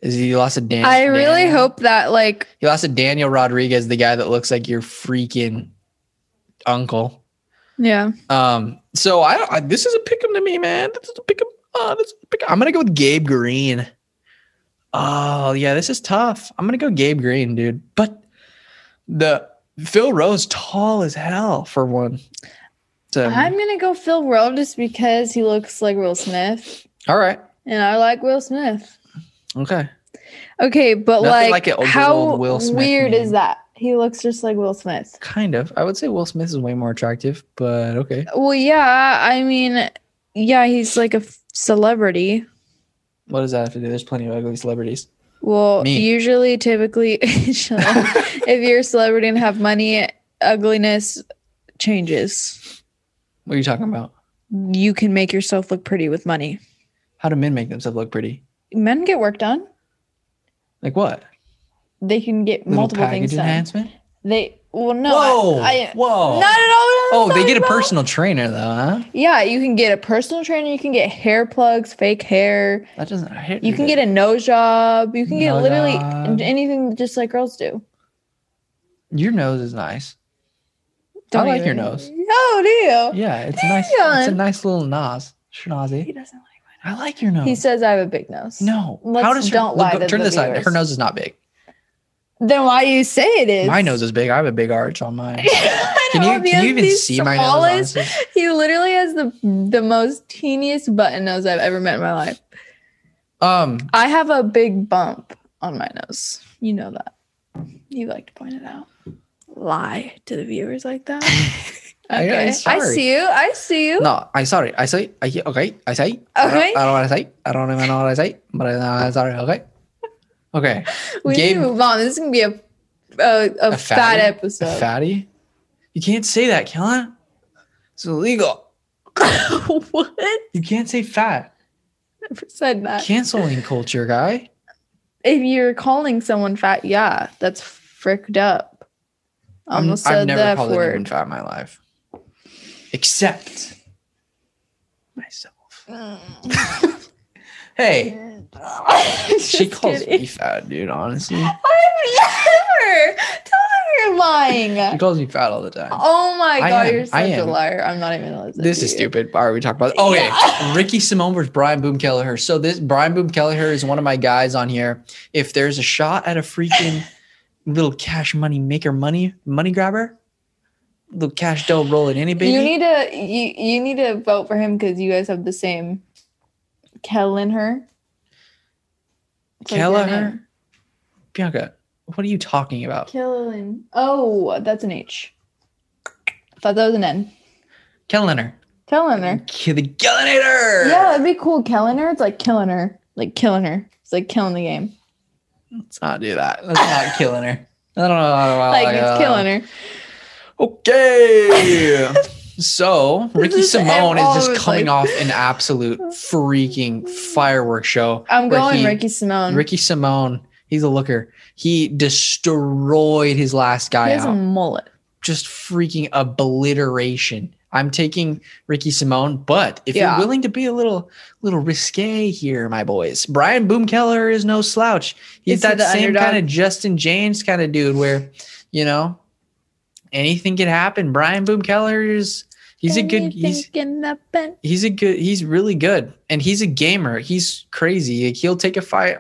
Speaker 1: Is he lost a Dan?
Speaker 2: I really
Speaker 1: Daniel-
Speaker 2: hope that like
Speaker 1: he lost to Daniel Rodriguez, the guy that looks like your freaking uncle.
Speaker 2: yeah.
Speaker 1: Um, so I, don't- I this is a pick'em to me, man. This is a pick'em. Uh, this is a pick'em. I'm gonna go with Gabe Green. Oh yeah, this is tough. I'm gonna go Gabe Green, dude. But the Phil Rose tall as hell for one. So
Speaker 2: I'm gonna go Phil Rowe just because he looks like Will Smith.
Speaker 1: all right,
Speaker 2: And I like Will Smith.
Speaker 1: okay.
Speaker 2: Okay, but
Speaker 1: Nothing
Speaker 2: like,
Speaker 1: like an old
Speaker 2: how
Speaker 1: Will Smith
Speaker 2: weird is
Speaker 1: meme.
Speaker 2: that? He looks just like Will Smith.
Speaker 1: Kind of. I would say Will Smith is way more attractive, but okay.
Speaker 2: Well, yeah, I mean, yeah, he's like a f- celebrity.
Speaker 1: What does that have to do? There's plenty of ugly celebrities.
Speaker 2: Well,
Speaker 1: Me.
Speaker 2: usually, typically, shut up. if you're a celebrity and have money, ugliness changes.
Speaker 1: What are you talking about?
Speaker 2: You can make yourself look pretty with money.
Speaker 1: How do men make themselves look pretty?
Speaker 2: Men get work done.
Speaker 1: Like what?
Speaker 2: They can get
Speaker 1: Little
Speaker 2: multiple things
Speaker 1: package
Speaker 2: done.
Speaker 1: enhancement?
Speaker 2: They well, no,
Speaker 1: whoa!
Speaker 2: I, I
Speaker 1: whoa!
Speaker 2: not at all.
Speaker 1: oh, they
Speaker 2: Sorry,
Speaker 1: get a
Speaker 2: bro.
Speaker 1: personal trainer though, huh?
Speaker 2: Yeah, you can get a personal trainer. You can get hair plugs, fake hair.
Speaker 1: That doesn't. I hate
Speaker 2: You can get a nose job. You can get
Speaker 1: Nose
Speaker 2: literally
Speaker 1: job.
Speaker 2: anything just like girls do.
Speaker 1: Your nose is nice. I like your nose.
Speaker 2: No, do you?
Speaker 1: Yeah, it's
Speaker 2: Oh, Dang
Speaker 1: nice. It's a
Speaker 2: on.
Speaker 1: nice little nose, schnozzy.
Speaker 2: He doesn't like
Speaker 1: I like your nose.
Speaker 2: my He says I have a big nose.
Speaker 1: no.
Speaker 2: Let's- don't lie to
Speaker 1: turn
Speaker 2: the
Speaker 1: this side.
Speaker 2: viewers.
Speaker 1: Her nose is not big.
Speaker 2: Then why do you say it is?
Speaker 1: my nose is big. I have a big arch on mine.
Speaker 2: I
Speaker 1: Can
Speaker 2: know,
Speaker 1: you
Speaker 2: if he
Speaker 1: can
Speaker 2: has
Speaker 1: you even
Speaker 2: the
Speaker 1: see my
Speaker 2: smallest-
Speaker 1: nose? honestly?
Speaker 2: He literally has the the most teeniest button nose I've ever met in my life.
Speaker 1: Um,
Speaker 2: I have a big bump on my nose. You know that. You like to point it out. Lie to the viewers like that.
Speaker 1: I- I'm
Speaker 2: Okay. I,
Speaker 1: sorry.
Speaker 2: see you. I see you.
Speaker 1: No, I sorry. I say I okay. I say I
Speaker 2: Okay.
Speaker 1: don't, I don't want to say. I don't even know what I say. But I, I sorry. Okay. Okay.
Speaker 2: we
Speaker 1: Gabe-
Speaker 2: need to move on. This is gonna be a a, a,
Speaker 1: A
Speaker 2: fat
Speaker 1: fatty?
Speaker 2: episode.
Speaker 1: A fatty? You can't say that, Kellen. It's illegal.
Speaker 2: what? I
Speaker 1: You can't say fat.
Speaker 2: never said that.
Speaker 1: Canceling culture, guy.
Speaker 2: if you're calling someone fat, yeah, that's fricked up.
Speaker 1: I'm-
Speaker 2: Almost
Speaker 1: I've
Speaker 2: said the
Speaker 1: never
Speaker 2: F
Speaker 1: called anyone
Speaker 2: word.
Speaker 1: fat in my life, except myself. Hey, she calls me fat, dude. Honestly,
Speaker 2: I've never. Tell
Speaker 1: She
Speaker 2: lying.
Speaker 1: calls me fat all the time.
Speaker 2: Oh my
Speaker 1: I
Speaker 2: god,
Speaker 1: am,
Speaker 2: you're
Speaker 1: I
Speaker 2: such a
Speaker 1: am.
Speaker 2: liar. I'm not even listening.
Speaker 1: This
Speaker 2: to
Speaker 1: is
Speaker 2: you.
Speaker 1: stupid. Why are we talking about? Oh yeah,
Speaker 2: Yeah.
Speaker 1: Ricky Simone versus Brian Boom Kelleher. So this Brian Boom Kelleher is one of my guys on here. If there's a shot at a freaking little cash money maker, money money grabber, little cash dough roll at any baby.
Speaker 2: You need to you, you need to vote for him because you guys have the same Kelleher. It's like your
Speaker 1: Kelleher,
Speaker 2: name.
Speaker 1: Bianca, what are you talking about?
Speaker 2: Kellen. Oh, that's an H. Thought that was an N.
Speaker 1: Kelleher,
Speaker 2: Kelleher.
Speaker 1: K- the Kelleher.
Speaker 2: Yeah, that'd be cool. Kelleher. It's like killing her. Like killing her. It's like killing the game.
Speaker 1: let's not do that. Let's not killing her. I don't know. I don't know.
Speaker 2: like it's killing her.
Speaker 1: Okay. so Ricky
Speaker 2: is
Speaker 1: Simone
Speaker 2: all
Speaker 1: is just
Speaker 2: over the
Speaker 1: coming
Speaker 2: place.
Speaker 1: off an absolute freaking fireworks show.
Speaker 2: I'm
Speaker 1: where
Speaker 2: going
Speaker 1: he-
Speaker 2: Ricky Simone.
Speaker 1: Ricky Simone, he's a looker. He destroyed his last
Speaker 2: he
Speaker 1: guy
Speaker 2: has a
Speaker 1: out.
Speaker 2: mullet.
Speaker 1: Just freaking obliteration. I'm taking Ricky Simone, but if
Speaker 2: Yeah.
Speaker 1: you're willing to be a little little risque here, my boys, Brian Boom Keller is no slouch. He's
Speaker 2: Is he
Speaker 1: that
Speaker 2: the
Speaker 1: same
Speaker 2: underdog?
Speaker 1: kind of Justin James kind of dude where, you know, anything could happen. Brian Boom Keller is he's a good he's he's a good he's really good and he's a gamer he's crazy like, he'll take a fight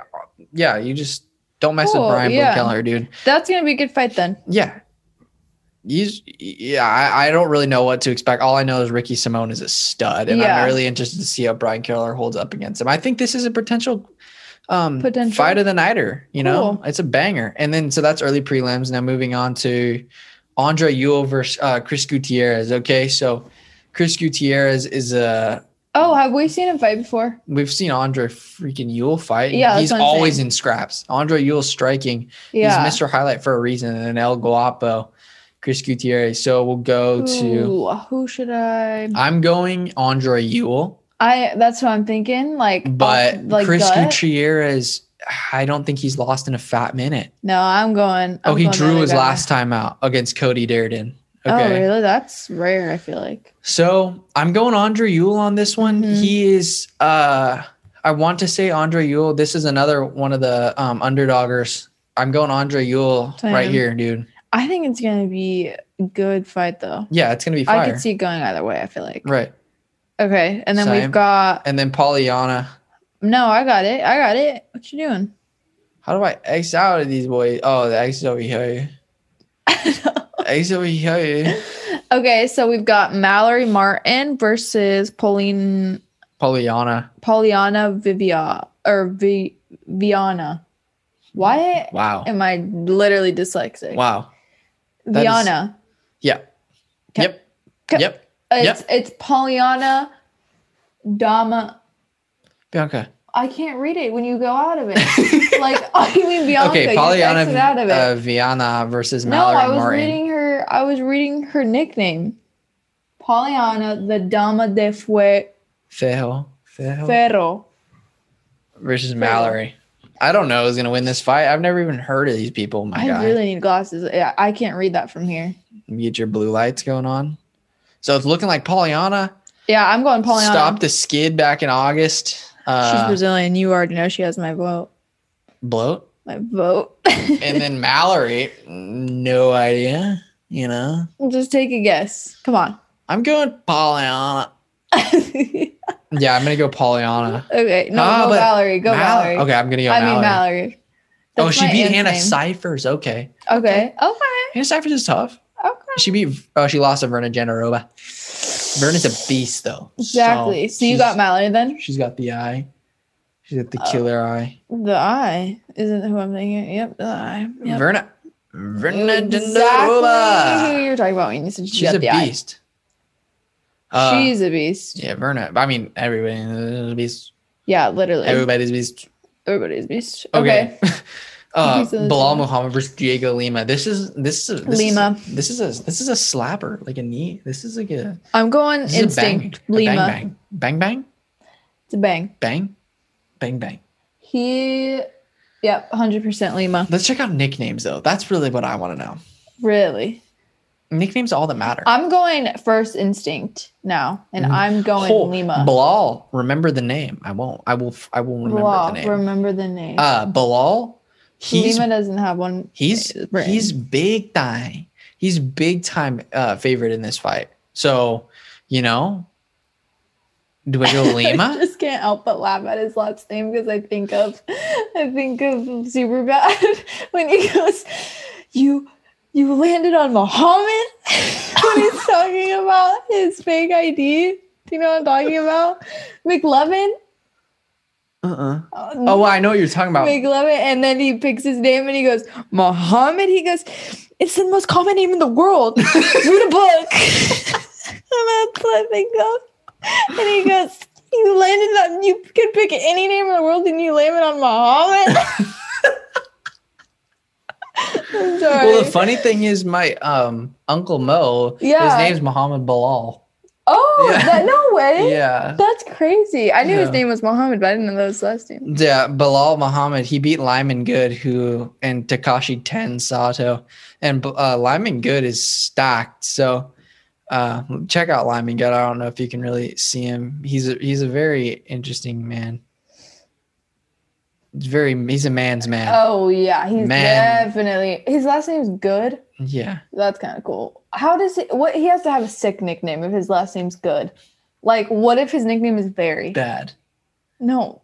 Speaker 1: yeah you just don't mess
Speaker 2: Cool,
Speaker 1: with brian
Speaker 2: yeah.
Speaker 1: Kelleher, dude
Speaker 2: That's gonna be a good fight then.
Speaker 1: yeah he's yeah I, I don't really know what to expect all i know is ricky simone is a stud and
Speaker 2: Yeah.
Speaker 1: i'm really interested to see how brian Keller holds up against him i think this is a potential um
Speaker 2: Potential.
Speaker 1: fight of the nighter you know
Speaker 2: Cool.
Speaker 1: it's a banger and then so that's early prelims now moving on to andre Ewell versus uh, chris gutierrez okay so chris gutierrez is a
Speaker 2: Oh, have we seen a fight before?
Speaker 1: we've seen Andre freaking Yule fight. and
Speaker 2: Yeah, that's
Speaker 1: he's
Speaker 2: what I'm
Speaker 1: always
Speaker 2: saying.
Speaker 1: in scraps. Andre Yule's striking.
Speaker 2: Yeah.
Speaker 1: He's Mr. Highlight for a reason. And then El Guapo, Chris Gutierrez. So we'll go to.
Speaker 2: Ooh, who should I?
Speaker 1: I'm going Andre Yule,
Speaker 2: I that's what I'm thinking. Like,
Speaker 1: but
Speaker 2: off- like
Speaker 1: Chris
Speaker 2: gut?
Speaker 1: Gutierrez. I don't think he's lost in a fat minute.
Speaker 2: No, I'm going.
Speaker 1: oh,
Speaker 2: I'm
Speaker 1: he
Speaker 2: going the
Speaker 1: drew
Speaker 2: other
Speaker 1: his
Speaker 2: guy.
Speaker 1: last time out against Cody Darden.
Speaker 2: Oh, really? That's rare. I feel like.
Speaker 1: So I'm going Andre Yule on this one.
Speaker 2: Mhm.
Speaker 1: He is uh I want to say Andre Yule. This is another one of the um underdoggers. I'm going Andre Yule
Speaker 2: Same.
Speaker 1: right here, dude.
Speaker 2: I think it's gonna be a good fight though.
Speaker 1: Yeah, it's gonna be
Speaker 2: I
Speaker 1: fire.
Speaker 2: could see it going either way. I feel like.
Speaker 1: right.
Speaker 2: Okay, and then
Speaker 1: Same.
Speaker 2: we've got.
Speaker 1: And then Pollyanna.
Speaker 2: No, I got it. I got it. What you doing?
Speaker 1: How do I X out of these boys? Oh, the X is over here. X over here.
Speaker 2: okay, so we've got Mallory Martin versus Pauline
Speaker 1: Pollyanna.
Speaker 2: Pollyanna Vivia or Vi- Viana. Why
Speaker 1: Wow.
Speaker 2: am I literally dyslexic?
Speaker 1: Wow. that is-
Speaker 2: Viana.
Speaker 1: Yeah.
Speaker 2: Ca-
Speaker 1: Yep.
Speaker 2: ca- uh,
Speaker 1: Yep.
Speaker 2: It's it's Pollyanna Dama.
Speaker 1: Bianca.
Speaker 2: I can't read it when you go out of it. like I mean Bianca,
Speaker 1: okay,
Speaker 2: Pollyanna, you
Speaker 1: Pollyanna
Speaker 2: texted out of it.
Speaker 1: uh, Viana versus
Speaker 2: no,
Speaker 1: Mallory
Speaker 2: I was
Speaker 1: Martin.
Speaker 2: reading her. I was reading her nickname, Pollyanna the Dama de Fue
Speaker 1: Fail. Fail.
Speaker 2: Ferro.
Speaker 1: versus Mallory. I don't know who's gonna win this fight. I've never even heard of these people. My
Speaker 2: I
Speaker 1: guy,
Speaker 2: really need glasses. Yeah, I can't read that from here.
Speaker 1: You get your blue lights going on. So it's looking like Pollyanna,
Speaker 2: Yeah, I'm going Pollyanna.
Speaker 1: stopped the skid back in August.
Speaker 2: She's
Speaker 1: Uh,
Speaker 2: Brazilian. You already know she has my vote.
Speaker 1: bloat,
Speaker 2: My vote.
Speaker 1: and then Mallory. No idea. You know,
Speaker 2: Just take a guess. Come on.
Speaker 1: I'm going Pollyanna.
Speaker 2: okay.
Speaker 1: Yeah, I'm gonna go Pollyanna.
Speaker 2: No,
Speaker 1: Ah,
Speaker 2: go
Speaker 1: but
Speaker 2: Valerie. Go
Speaker 1: Mal-
Speaker 2: Valerie.
Speaker 1: Okay, I'm gonna go
Speaker 2: I
Speaker 1: Mallory.
Speaker 2: mean Mallory.
Speaker 1: oh,
Speaker 2: That's
Speaker 1: she
Speaker 2: my
Speaker 1: beat
Speaker 2: aunt's
Speaker 1: Hannah
Speaker 2: name.
Speaker 1: Cyphers. Okay,
Speaker 2: Okay. Okay.
Speaker 1: Hannah Cyphers is tough.
Speaker 2: Okay.
Speaker 1: She beat. Oh, she lost to Verna Genarova. Verna's a beast, though. So
Speaker 2: Exactly. So, you
Speaker 1: she's-
Speaker 2: got Mallory then?
Speaker 1: She's got the eye. She's got the
Speaker 2: Oh.
Speaker 1: killer eye.
Speaker 2: The eye isn't who I'm thinking. Yep. The eye. Yep.
Speaker 1: Verna. Verna
Speaker 2: Exactly who
Speaker 1: Dandarova.
Speaker 2: you're talking about when you said she
Speaker 1: She's a
Speaker 2: got the eye.
Speaker 1: beast. Uh,
Speaker 2: She's a beast.
Speaker 1: yeah, Verna. I mean, everybody is a beast.
Speaker 2: Yeah, literally.
Speaker 1: Everybody's a beast.
Speaker 2: Everybody's a beast. Okay.
Speaker 1: Okay. uh,
Speaker 2: He's a-
Speaker 1: Bilal Muhammad versus Diego Lima. This is this is this
Speaker 2: Lima.
Speaker 1: Is, this is a this is a slapper, like a knee. This is like a
Speaker 2: I'm going
Speaker 1: this is a bang.
Speaker 2: instinct.
Speaker 1: A
Speaker 2: Lima.
Speaker 1: Bang bang bang bang
Speaker 2: It's a bang.
Speaker 1: bang bang bang.
Speaker 2: He, yep, 100% Lima.
Speaker 1: Let's check out nicknames though. That's really what I want to know.
Speaker 2: Really.
Speaker 1: Nicknames are all that matter.
Speaker 2: I'm going first instinct now, and
Speaker 1: Mhm.
Speaker 2: I'm going
Speaker 1: Oh,
Speaker 2: Lima.
Speaker 1: Bilal, remember the name. I won't. I will. I will remember
Speaker 2: Blah,
Speaker 1: the name.
Speaker 2: remember the name.
Speaker 1: uh, Bilal. He's
Speaker 2: Lima doesn't have one.
Speaker 1: he's
Speaker 2: Right.
Speaker 1: he's big time. He's big time uh, favorite in this fight. So, you know, do I go
Speaker 2: I
Speaker 1: Lima?
Speaker 2: just can't help but laugh at his last name because I think of I think of super bad when he goes, You you landed on Muhammad when he's talking about his fake ID. Do you know what I'm talking about? McLovin.
Speaker 1: Uh-uh.
Speaker 2: Oh,
Speaker 1: Oh, well, I know what you're talking about.
Speaker 2: McLovin. And then he picks his name and he goes, Muhammad. He goes, It's the most common name in the world. Read a book. and that's what I think of. And he goes, You landed on, you could pick any name in the world and you landed on Muhammad. I'm sorry.
Speaker 1: Well, the funny thing is, my um uncle Mo,
Speaker 2: Yeah.
Speaker 1: his name's Muhammad Bilal.
Speaker 2: oh,
Speaker 1: Yeah.
Speaker 2: that, no way.
Speaker 1: Yeah,
Speaker 2: That's crazy. I knew his
Speaker 1: Yeah.
Speaker 2: name was Muhammad, but I didn't know that was his last name.
Speaker 1: yeah. Bilal Muhammad. He beat Lyman Good, who and Takashi Ten Sato, and uh, Lyman Good is stacked. So uh, check out Lyman Good. I don't know if you can really see him. He's a, he's a very interesting man. It's very he's a man's man.
Speaker 2: Oh, yeah. He's
Speaker 1: Man.
Speaker 2: definitely, his last name's Good.
Speaker 1: Yeah,
Speaker 2: That's kind of cool. How does he? What he has to have a sick nickname if his last name's good. Like, what if his nickname is Barry?
Speaker 1: bad.
Speaker 2: no.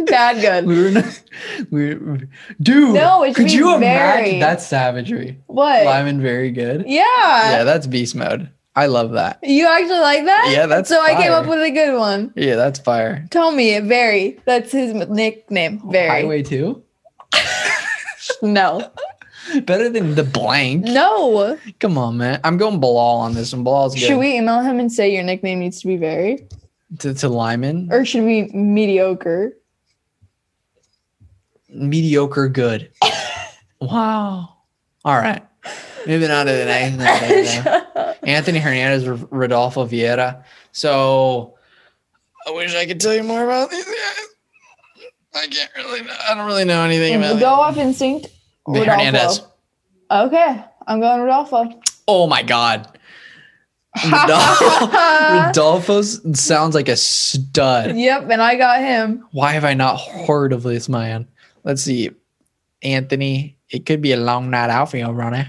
Speaker 2: Bad good.
Speaker 1: We were not, we, we- dude.
Speaker 2: No, it
Speaker 1: could
Speaker 2: means
Speaker 1: you
Speaker 2: very.
Speaker 1: imagine that's savagery?
Speaker 2: What?
Speaker 1: Lyman very good.
Speaker 2: Yeah.
Speaker 1: Yeah, that's beast mode. I love that.
Speaker 2: You actually like that?
Speaker 1: Yeah, that's
Speaker 2: So I came
Speaker 1: fire.
Speaker 2: up with a good one.
Speaker 1: Yeah, that's fire.
Speaker 2: Tell me, it Barry. That's his m- nickname. Barry.
Speaker 1: Highway two,
Speaker 2: No.
Speaker 1: better than the blank.
Speaker 2: No.
Speaker 1: Come on, man. I'm going Bilal on this one. Bilal's good.
Speaker 2: Should we email him and say your nickname needs to be Barry,
Speaker 1: to, to Lyman?
Speaker 2: or should we mediocre?
Speaker 1: Mediocre good. wow. All right. Moving on to the next. next- next- Anthony Hernandez, R- Rodolfo Vieira. So I wish I could tell you more about these guys. I can't really. Know. I don't really know anything about
Speaker 2: Go off instinct.
Speaker 1: them. Hernandez.
Speaker 2: Rodolfo. Okay, I'm going Rodolfo.
Speaker 1: Oh my God. Rodolfo
Speaker 2: Uh-huh.
Speaker 1: Rodolfo s- sounds like a stud.
Speaker 2: yep, and I got him.
Speaker 1: Why have I not heard of this man? Let's see. Anthony, it could be a long night out for you, Ronnie.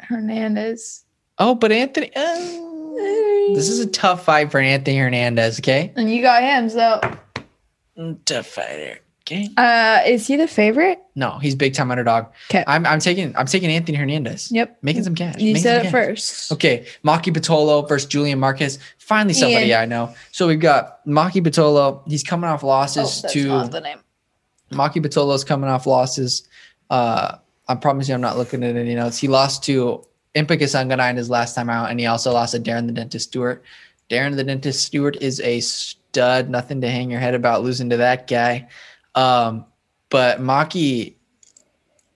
Speaker 2: Hernandez.
Speaker 1: Oh, but Anthony, oh. this is a tough fight for Anthony Hernandez, okay?
Speaker 2: and you got him. So,
Speaker 1: Mm, Tough fighter, okay?
Speaker 2: uh, is he the favorite?
Speaker 1: No, he's big time underdog.
Speaker 2: 'Kay.
Speaker 1: I'm, I'm taking I'm taking Anthony Hernandez.
Speaker 2: Yep.
Speaker 1: Making some cash.
Speaker 2: You
Speaker 1: making
Speaker 2: said
Speaker 1: some
Speaker 2: it
Speaker 1: cash.
Speaker 2: first.
Speaker 1: Okay, Maki Batolo versus Julian Marquez. Finally, somebody
Speaker 2: Ian.
Speaker 1: I know. So we've got Maki Batolo. He's coming off
Speaker 2: Oh,
Speaker 1: losses
Speaker 2: that's
Speaker 1: to
Speaker 2: not the name.
Speaker 1: Maki Batolo's coming off losses. Uh, I promise you, I'm not looking at any notes. He lost to Impica Sanganayan his last time out, and he also lost to Darren the Dentist Stewart. Darren the Dentist Stewart is a stud. Nothing to hang your head about losing to that guy. Um, but Maki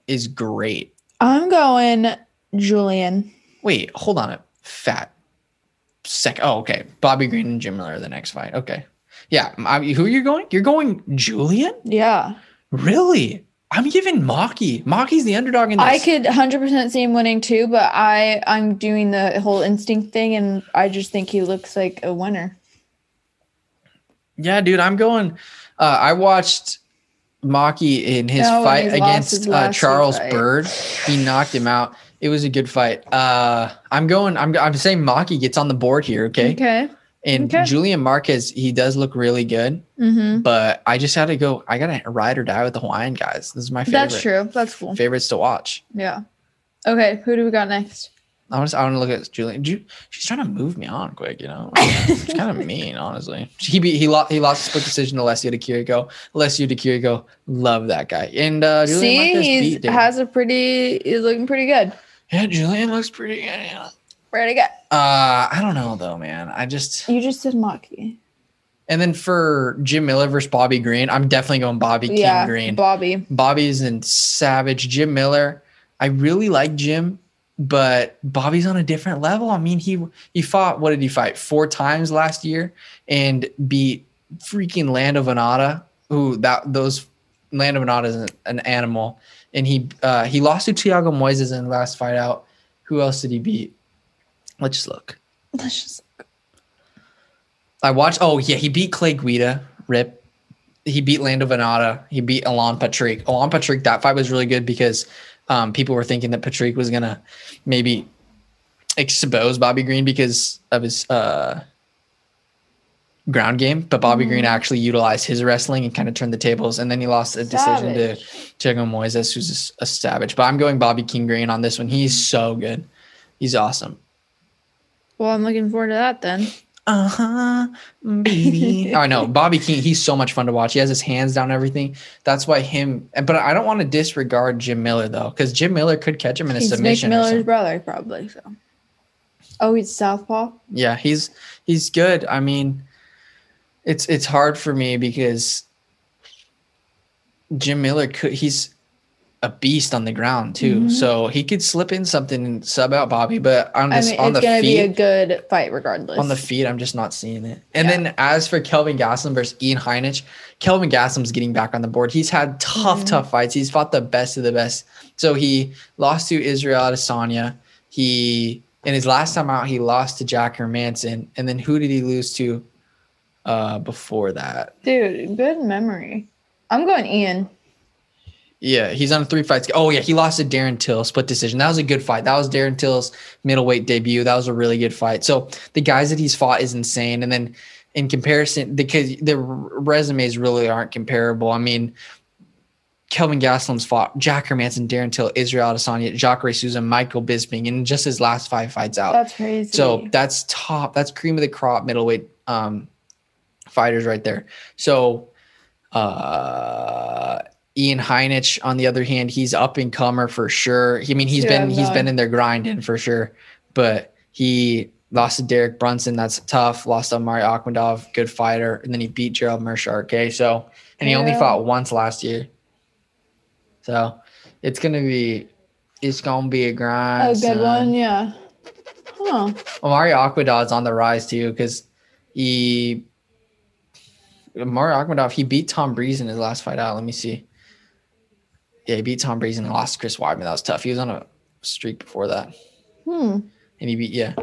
Speaker 1: is great.
Speaker 2: I'm going Julian.
Speaker 1: Wait, hold on a fat sec. Oh, okay. Bobby Green and Jim Miller are the next fight. Okay. Yeah. I who are you going? You're going Julian?
Speaker 2: Yeah,
Speaker 1: Really? I'm giving Maki. Maki's the underdog in this.
Speaker 2: I could 100% see him winning too, but I I'm doing the whole instinct thing, and I just think he looks like a winner.
Speaker 1: yeah, dude, I'm going. Uh, I watched Maki in his
Speaker 2: Oh, when
Speaker 1: fight
Speaker 2: he's lost his
Speaker 1: against uh,
Speaker 2: last
Speaker 1: Charles
Speaker 2: fight.
Speaker 1: Bird. He knocked him out. It was a good fight. Uh, I'm going. I'm. I'm saying Maki gets on the board here. Okay.
Speaker 2: Okay.
Speaker 1: And
Speaker 2: Okay.
Speaker 1: Julian Marquez, he does look really good,
Speaker 2: Mm-hmm.
Speaker 1: but I just had to go. I gotta ride or die with the Hawaiian guys. This is my favorite.
Speaker 2: That's true. That's cool.
Speaker 1: Favorites to watch.
Speaker 2: Yeah. Okay. Who do we got next?
Speaker 1: I want to. I want to look at Julian. Ju- she's trying to move me on quick, you know. It's kind of mean, honestly. He be, he lost he lost a split decision to Alessio De Chirico. Alessio De Chirico, love that guy. And uh, Julian
Speaker 2: See,
Speaker 1: Marquez
Speaker 2: he's
Speaker 1: beat David.
Speaker 2: has a pretty. He's looking pretty good.
Speaker 1: yeah, Julian looks pretty. good, Yeah.
Speaker 2: Pretty good.
Speaker 1: Uh, I don't know though, man. I just
Speaker 2: You just said Maki.
Speaker 1: and then for Jim Miller versus Bobby Green, I'm definitely going Bobby
Speaker 2: yeah,
Speaker 1: King Green.
Speaker 2: Bobby.
Speaker 1: Bobby's in Savage. Jim Miller. I really like Jim, but Bobby's on a different level. I mean, he he fought what did he fight four times last year and beat freaking Land of Anata. Who that those Land of Anata is an, an animal, and he uh, he lost to Tiago Moises in the last fight out. Who else did he beat? Let's just look.
Speaker 2: Let's just.
Speaker 1: I watched. Oh yeah, he beat Clay Guida. Rip. He beat Lando Venata. He beat Alon Patrick. Alon Patrick. That fight was really good because Um, people were thinking that Patrick was gonna maybe expose Bobby Green because of his uh, ground game, but Bobby
Speaker 2: Mhm.
Speaker 1: Green actually utilized his wrestling and kind of turned the tables, and then he lost a decision to
Speaker 2: Savage.
Speaker 1: Diego Moises, who's just a savage. But I'm going Bobby King Green on this one. He's so good. He's awesome.
Speaker 2: Well, I'm looking forward to that then.
Speaker 1: Uh
Speaker 2: Uh-huh,
Speaker 1: huh, baby. I know Bobby King. He's so much fun to watch. He has his hands down everything. That's why him. and- But I don't want to disregard Jim Miller though, because Jim Miller could catch him in a
Speaker 2: He's Nick
Speaker 1: submission. or
Speaker 2: Miller's
Speaker 1: something.
Speaker 2: brother, probably. So. Oh, he's Southpaw.
Speaker 1: yeah, he's he's good. I mean, it's it's hard for me because Jim Miller could. He's a beast on the ground too,
Speaker 2: Mhm.
Speaker 1: so he could slip in something and sub out Bobby. But on
Speaker 2: I
Speaker 1: this
Speaker 2: mean,
Speaker 1: on
Speaker 2: it's
Speaker 1: the
Speaker 2: gonna
Speaker 1: feet,
Speaker 2: be a good fight regardless.
Speaker 1: on the feet, I'm just not seeing it. And
Speaker 2: Yeah.
Speaker 1: then as for Kelvin Gaslam versus Ian Heinich, Kelvin Gaslam's getting back on the board. He's had tough,
Speaker 2: Mhm.
Speaker 1: tough fights. He's fought the best of the best. So he lost to Israel Adesanya. He in his last time out, he lost to Jack Hermanson. And then who did he lose to uh, before that?
Speaker 2: Dude, good memory. I'm going Ian.
Speaker 1: Yeah, he's on three fights. Oh yeah, he lost to Darren Till split decision. That was a good fight. That was Darren Till's middleweight debut. That was a really good fight. So the guys that he's fought is insane. And then in comparison, because the resumes really aren't comparable. I mean, Kelvin Gaslam's fought Jack Hermanson, Darren Till, Israel Adesanya, Jacare Souza, Michael Bisping, in just his last five fights out.
Speaker 2: That's crazy.
Speaker 1: So that's top. That's cream of the crop middleweight um, fighters right there. So uh, Ian Heinich, on the other hand, he's up and comer for sure. I mean, he's
Speaker 2: Yeah,
Speaker 1: been
Speaker 2: I'm
Speaker 1: he's
Speaker 2: not-
Speaker 1: been in there grinding for sure. But he lost to Derek Brunson. That's tough. Lost to Mari Akhmadov, good fighter, and then he beat Gerald Mershar. Okay, so and he only
Speaker 2: Yeah.
Speaker 1: fought once last year. So it's gonna be. It's gonna be a grind.
Speaker 2: a good
Speaker 1: son.
Speaker 2: one, yeah. Huh.
Speaker 1: Omari Aquadad's on the rise too because he Omari Aquadad he beat Tom Breeze in his last fight out. Let me see. Yeah, he beat Tom Breeze and lost to Chris Weidman. That was tough. He was on a streak before that,
Speaker 2: Hmm.
Speaker 1: and he beat yeah.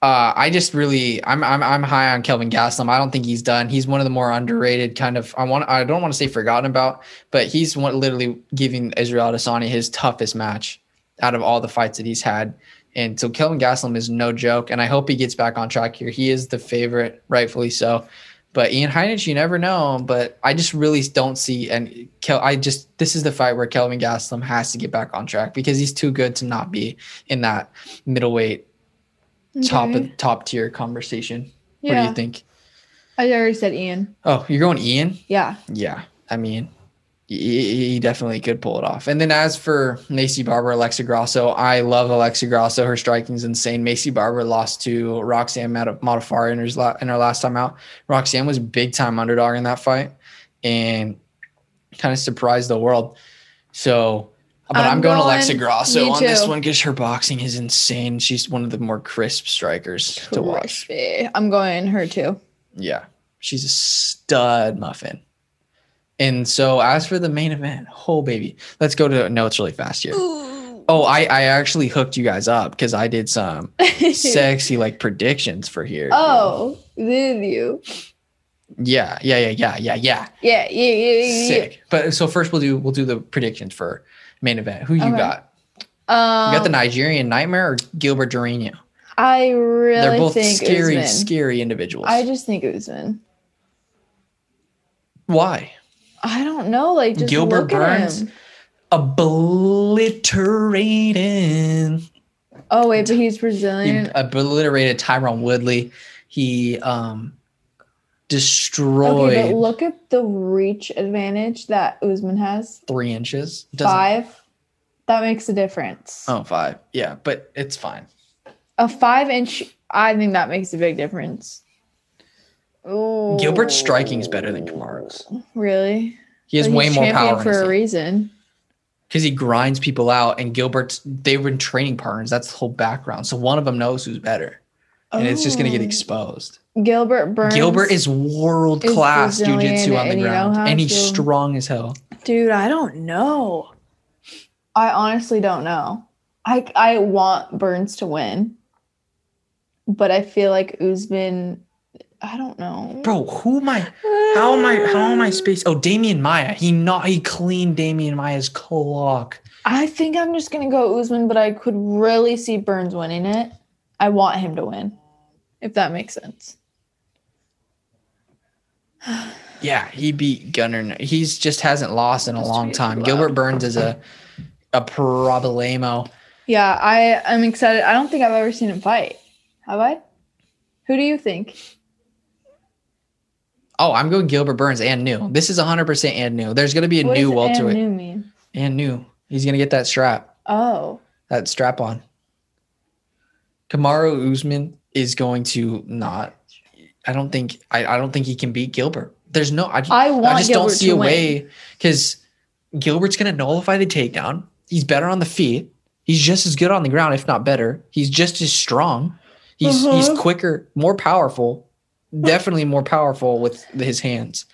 Speaker 1: Uh, I just really I'm I'm I'm high on Kelvin Gaslam. I don't think he's done. He's one of the more underrated kind of I want I don't want to say forgotten about, but he's one literally giving Israel Adesanya his toughest match out of all the fights that he's had. And so Kelvin Gaslam is no joke, and I hope he gets back on track here. He is the favorite, rightfully so. But Ian Heinich, you never know. But I just really don't see, and Kel, I just this is the fight where Kelvin Gaslam has to get back on track because he's too good to not be in that middleweight top
Speaker 2: okay.
Speaker 1: top tier conversation. What do
Speaker 2: Yeah.
Speaker 1: you think?
Speaker 2: I already said Ian.
Speaker 1: Oh, you're going Ian?
Speaker 2: Yeah.
Speaker 1: Yeah, I mean, he, he definitely could pull it off. And then as for Macy Barber, Alexa Grasso, I love Alexa Grasso. Her striking's insane. Macy Barber lost to Roxanne Mat- Modafari in, hers la- in her last time out. Roxanne was big time underdog in that fight and kind of surprised the world. So. But I'm,
Speaker 2: I'm
Speaker 1: going,
Speaker 2: going-
Speaker 1: Alexa Grasso
Speaker 2: me
Speaker 1: on this
Speaker 2: too.
Speaker 1: one because her boxing is insane. She's one of the more crisp strikers to watch.
Speaker 2: Crispy. I'm going her too.
Speaker 1: Yeah. She's a stud muffin. And so as for the main event, oh baby, let's go to notes really fast here. Oh, I, I actually hooked you guys up because I did some sexy like predictions for here.
Speaker 2: oh, did you?
Speaker 1: Yeah, yeah, yeah, yeah, yeah, yeah.
Speaker 2: Yeah, yeah, yeah, yeah. yeah.
Speaker 1: Sick. But so first we'll do we'll do the predictions for main event. Who you
Speaker 2: Okay.
Speaker 1: got?
Speaker 2: Um,
Speaker 1: You got the Nigerian nightmare or Gilbert Durino?
Speaker 2: I really
Speaker 1: They're both
Speaker 2: think
Speaker 1: scary,
Speaker 2: Usman.
Speaker 1: scary individuals.
Speaker 2: I just think Usman.
Speaker 1: Why?
Speaker 2: I don't know. Like just
Speaker 1: Gilbert
Speaker 2: look
Speaker 1: Burns?
Speaker 2: At him.
Speaker 1: Obliterating.
Speaker 2: Oh wait, but he's
Speaker 1: he
Speaker 2: Brazilian.
Speaker 1: obliterated Tyron Woodley. He um destroyed
Speaker 2: Okay, but look at the reach advantage that Usman has.
Speaker 1: three inches.
Speaker 2: Five. That makes a difference.
Speaker 1: Oh, five. Yeah, but it's fine.
Speaker 2: A five inch. I think that makes a big difference. Ooh.
Speaker 1: Gilbert's striking's better than Kamara's.
Speaker 2: Really?
Speaker 1: He has
Speaker 2: But
Speaker 1: way
Speaker 2: he's
Speaker 1: more
Speaker 2: champion
Speaker 1: power
Speaker 2: for a reason.
Speaker 1: because he grinds people out. And Gilbert's they've been training partners. That's the whole background. So one of them knows who's better, and it's just gonna get
Speaker 2: Oh.
Speaker 1: exposed.
Speaker 2: Gilbert Burns.
Speaker 1: Gilbert is world class
Speaker 2: Brazilian,
Speaker 1: jujitsu on the
Speaker 2: and you know
Speaker 1: ground,
Speaker 2: how
Speaker 1: and he's
Speaker 2: to-
Speaker 1: strong as hell.
Speaker 2: Dude, I don't know. I honestly don't know. I I want Burns to win, but I feel like Usman. I don't know,
Speaker 1: Bro, who am I? How am I? How am I spaced? Oh, Damien Maya. He not. He cleaned Damien Maya's clock.
Speaker 2: I think I'm just gonna go Usman, but I could really see Burns winning it. I want him to win, if that makes sense.
Speaker 1: Yeah, he beat Gunner. He's just hasn't lost in a
Speaker 2: That's
Speaker 1: long
Speaker 2: too
Speaker 1: time.
Speaker 2: loud.
Speaker 1: Gilbert Burns is a a problemo.
Speaker 2: Yeah, I am excited. I don't think I've ever seen him fight. Have I? Who do you think?
Speaker 1: Oh, I'm going Gilbert Burns and new. This is 100% and new. There's going to be a
Speaker 2: What
Speaker 1: new
Speaker 2: does
Speaker 1: welterweight
Speaker 2: Anu mean?
Speaker 1: and new. He's going to get that strap,
Speaker 2: Oh,
Speaker 1: that strap on. Kamaru Usman is going to not. I don't think. I, I don't think he can beat Gilbert. There's no. I,
Speaker 2: I want.
Speaker 1: I just
Speaker 2: Gilbert
Speaker 1: don't see
Speaker 2: to
Speaker 1: a
Speaker 2: win.
Speaker 1: way because Gilbert's going to nullify the takedown. He's better on the feet. He's just as good on the ground, if not better. He's just as strong. He's he's
Speaker 2: Uh-huh.
Speaker 1: quicker, more powerful, definitely more powerful with his hands.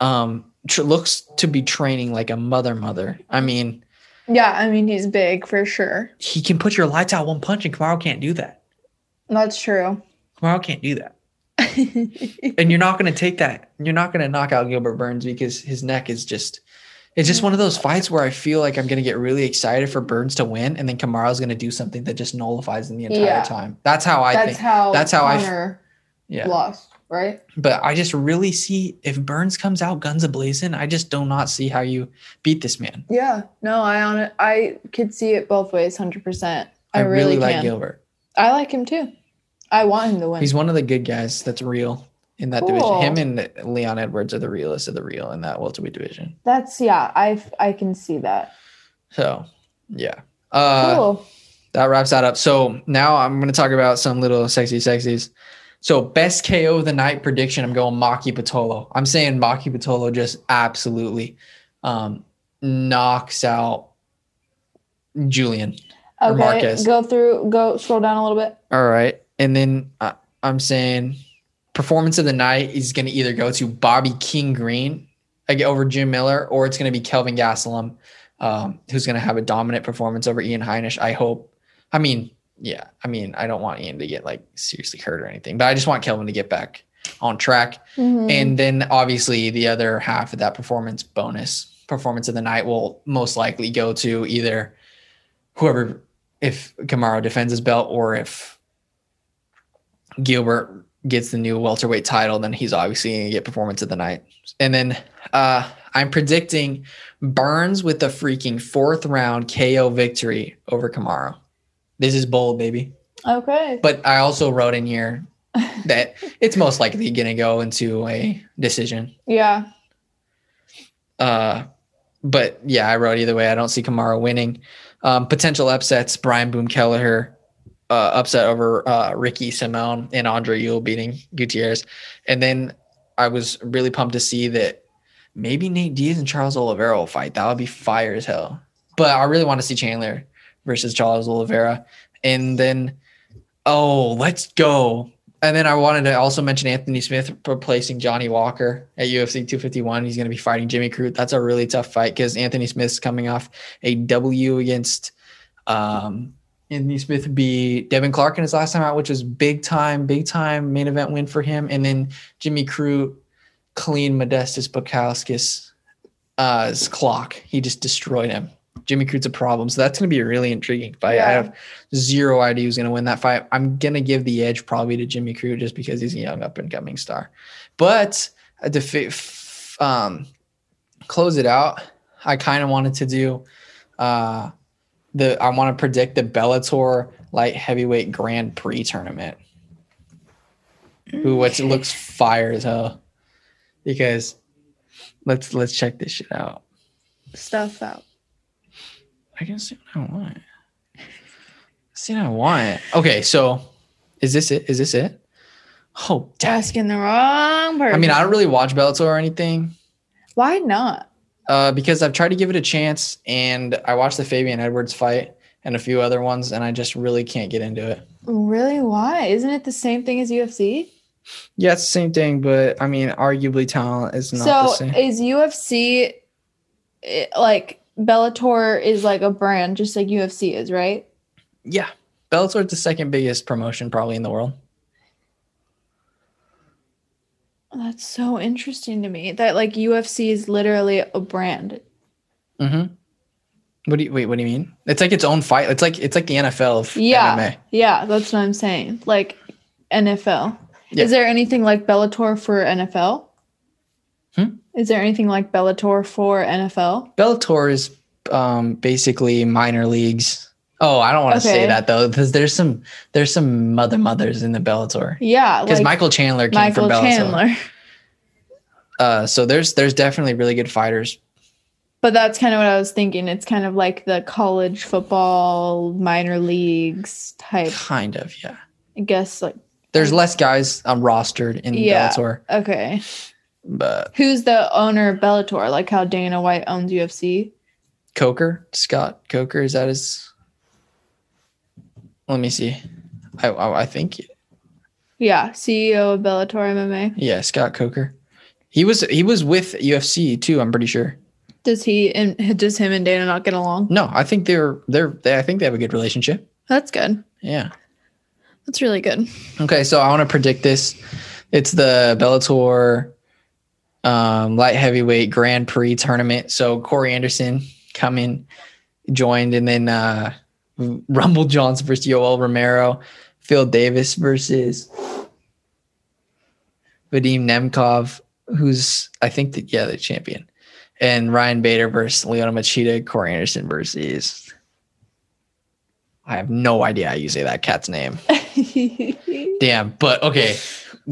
Speaker 1: Um, tr- looks to be training like a mother. Mother. I mean,
Speaker 2: Yeah, I mean he's big for sure.
Speaker 1: he can put your lights out one punch, and Kamaro can't do that.
Speaker 2: That's true.
Speaker 1: Kamaro can't do that.
Speaker 2: yeah,
Speaker 1: And you're not going to take that. You're not going to knock out Gilbert Burns because his neck is just. It's just one of those fights where I feel like I'm going to get really excited for Burns to win, and then Kamaro's going to do something that just nullifies him the entire
Speaker 2: Yeah.
Speaker 1: time. That's how I
Speaker 2: that's
Speaker 1: think.
Speaker 2: how.
Speaker 1: that's how I f-
Speaker 2: Connor
Speaker 1: yeah.
Speaker 2: lost, right?
Speaker 1: But I just really see if Burns comes out guns a blazing, I just do not see how you beat this man.
Speaker 2: Yeah. No, I on it. I could see it both ways, hundred percent. I, really,
Speaker 1: like
Speaker 2: can.
Speaker 1: Gilbert.
Speaker 2: I like him too. I want him to win.
Speaker 1: He's one of the good guys that's real in that
Speaker 2: Cool.
Speaker 1: division. Him and Leon Edwards are the realest of the real in that welterweight division.
Speaker 2: That's yeah. I I can see that.
Speaker 1: So, yeah. Uh,
Speaker 2: Cool.
Speaker 1: that wraps that up. So now I'm going to talk about some little sexy sexies. So best KO of the night prediction. I'm going Maki Patolo. I'm saying Maki Patolo just absolutely um, knocks out Julian. or
Speaker 2: okay.
Speaker 1: Marquez.
Speaker 2: Go through. Go scroll down a little bit.
Speaker 1: All right, and then uh, I'm saying performance of the night is going to either go to Bobby King Green like, over Jim Miller, or it's going to be Kelvin Gastelum, um, who's going to have a dominant performance over Ian Heinisch. I hope. I mean, yeah. I mean, I don't want Ian to get like seriously hurt or anything, but I just want Kelvin to get back on track.
Speaker 2: Mhm.
Speaker 1: And then obviously the other half of that performance bonus performance of the night will most likely go to either whoever if Camaro defends his belt or if Gilbert gets the new welterweight title, then he's obviously gonna get performance of the night. And then uh I'm predicting Burns with a freaking fourth round KO victory over Camaro. This is bold, baby.
Speaker 2: okay.
Speaker 1: But I also wrote in here that it's most likely going to go into a decision.
Speaker 2: yeah.
Speaker 1: Uh, but yeah, I wrote either way. I don't see Kamara winning. Um, potential upsets: Brian Boom Kelleher uh, upset over uh, Ricky Simone and Andre Yule beating Gutierrez, and then I was really pumped to see that maybe Nate Diaz and Charles Oliveira will fight. That would be fire as hell. But I really want to see Chandler versus Charles Oliveira, and then oh, let's go. And then I wanted to also mention Anthony Smith replacing Johnny Walker at UFC 251. He's going to be fighting Jimmy Crute. That's a really tough fight because Anthony Smith's coming off a W against um, Anthony Smith beat Devin Clark in his last time out, which was big time, big time main event win for him. And then Jimmy Crute clean Modestus Bukowskis uh, his clock. He just destroyed him. Jimmy Crute's a problem. So that's going to be a really intriguing fight. I
Speaker 2: Yeah.
Speaker 1: have zero idea who's going to win that fight. I'm going to give the edge probably to Jimmy Crute just because he's a young up and coming star. But uh, to fi- f- um, close it out, I kind of wanted to do uh, the I want to predict the Bellator light heavyweight Grand Prix tournament. Who which looks fire as hell because let's let's check this shit out.
Speaker 2: stuff out.
Speaker 1: I can see what I want. See what I want. Okay, so is this it? Is this it? Oh, damn.
Speaker 2: Asking the wrong person.
Speaker 1: I mean, I don't really watch Bellator or anything.
Speaker 2: why not?
Speaker 1: uh, because I've tried to give it a chance, and I watched the Fabian Edwards fight and a few other ones, and I just really can't get into it.
Speaker 2: Really, why? Isn't it the same thing as UFC?
Speaker 1: Yeah, it's the same thing, but I mean, arguably, talent is not the
Speaker 2: So
Speaker 1: same.
Speaker 2: is UFC it- like Bellator is like a brand, just like UFC is, right?
Speaker 1: yeah, Bellator's the second biggest promotion probably in the world.
Speaker 2: That's so interesting to me that like UFC is literally a brand.
Speaker 1: Mm-hmm. What do you wait? What do you mean? It's like its own fight. It's like it's like the NFL of
Speaker 2: Yeah.
Speaker 1: MMA.
Speaker 2: Yeah, that's what I'm saying. Like NFL.
Speaker 1: Yeah.
Speaker 2: Is there anything like Bellator for NFL?
Speaker 1: Hmm?
Speaker 2: Is there anything like Bellator for NFL?
Speaker 1: Bellator is um, basically minor leagues. Oh, I don't want to say
Speaker 2: Okay.
Speaker 1: that though, because there's some there's some mother mothers in the Bellator.
Speaker 2: Yeah,
Speaker 1: Because
Speaker 2: like
Speaker 1: Michael Chandler came
Speaker 2: Michael
Speaker 1: from Bellator.
Speaker 2: Chandler.
Speaker 1: Uh, so there's there's definitely really good fighters.
Speaker 2: But that's kind of what I was thinking. It's kind of like the college football, minor leagues type.
Speaker 1: Kind of, yeah.
Speaker 2: I guess like
Speaker 1: There's less guys um, rostered in
Speaker 2: Yeah.
Speaker 1: Bellator,
Speaker 2: okay,
Speaker 1: but
Speaker 2: who's the owner of Bellator? Like how Dana White owns UFC.
Speaker 1: Coker Scott Coker is that his? Let me see. I I, I think
Speaker 2: Yeah, CEO of Bellator MMA.
Speaker 1: yeah, Scott Coker. He was he was with UFC too. I'm pretty sure.
Speaker 2: Does he and does him and Dana not get along?
Speaker 1: No, I think they're they're they, I think they have a good relationship.
Speaker 2: That's good.
Speaker 1: Yeah.
Speaker 2: That's really good.
Speaker 1: Okay, so I want to predict this. It's the Bellator um, light heavyweight Grand Prix tournament. So Corey Anderson come in, joined, and then uh, Rumble Johnson versus Yoel Romero, Phil Davis versus Vadim Nemkov, who's I think the yeah the champion, and Ryan Bader versus Leona Machida, Corey Anderson versus. I have no idea how you say that cat's name. Damn, but okay.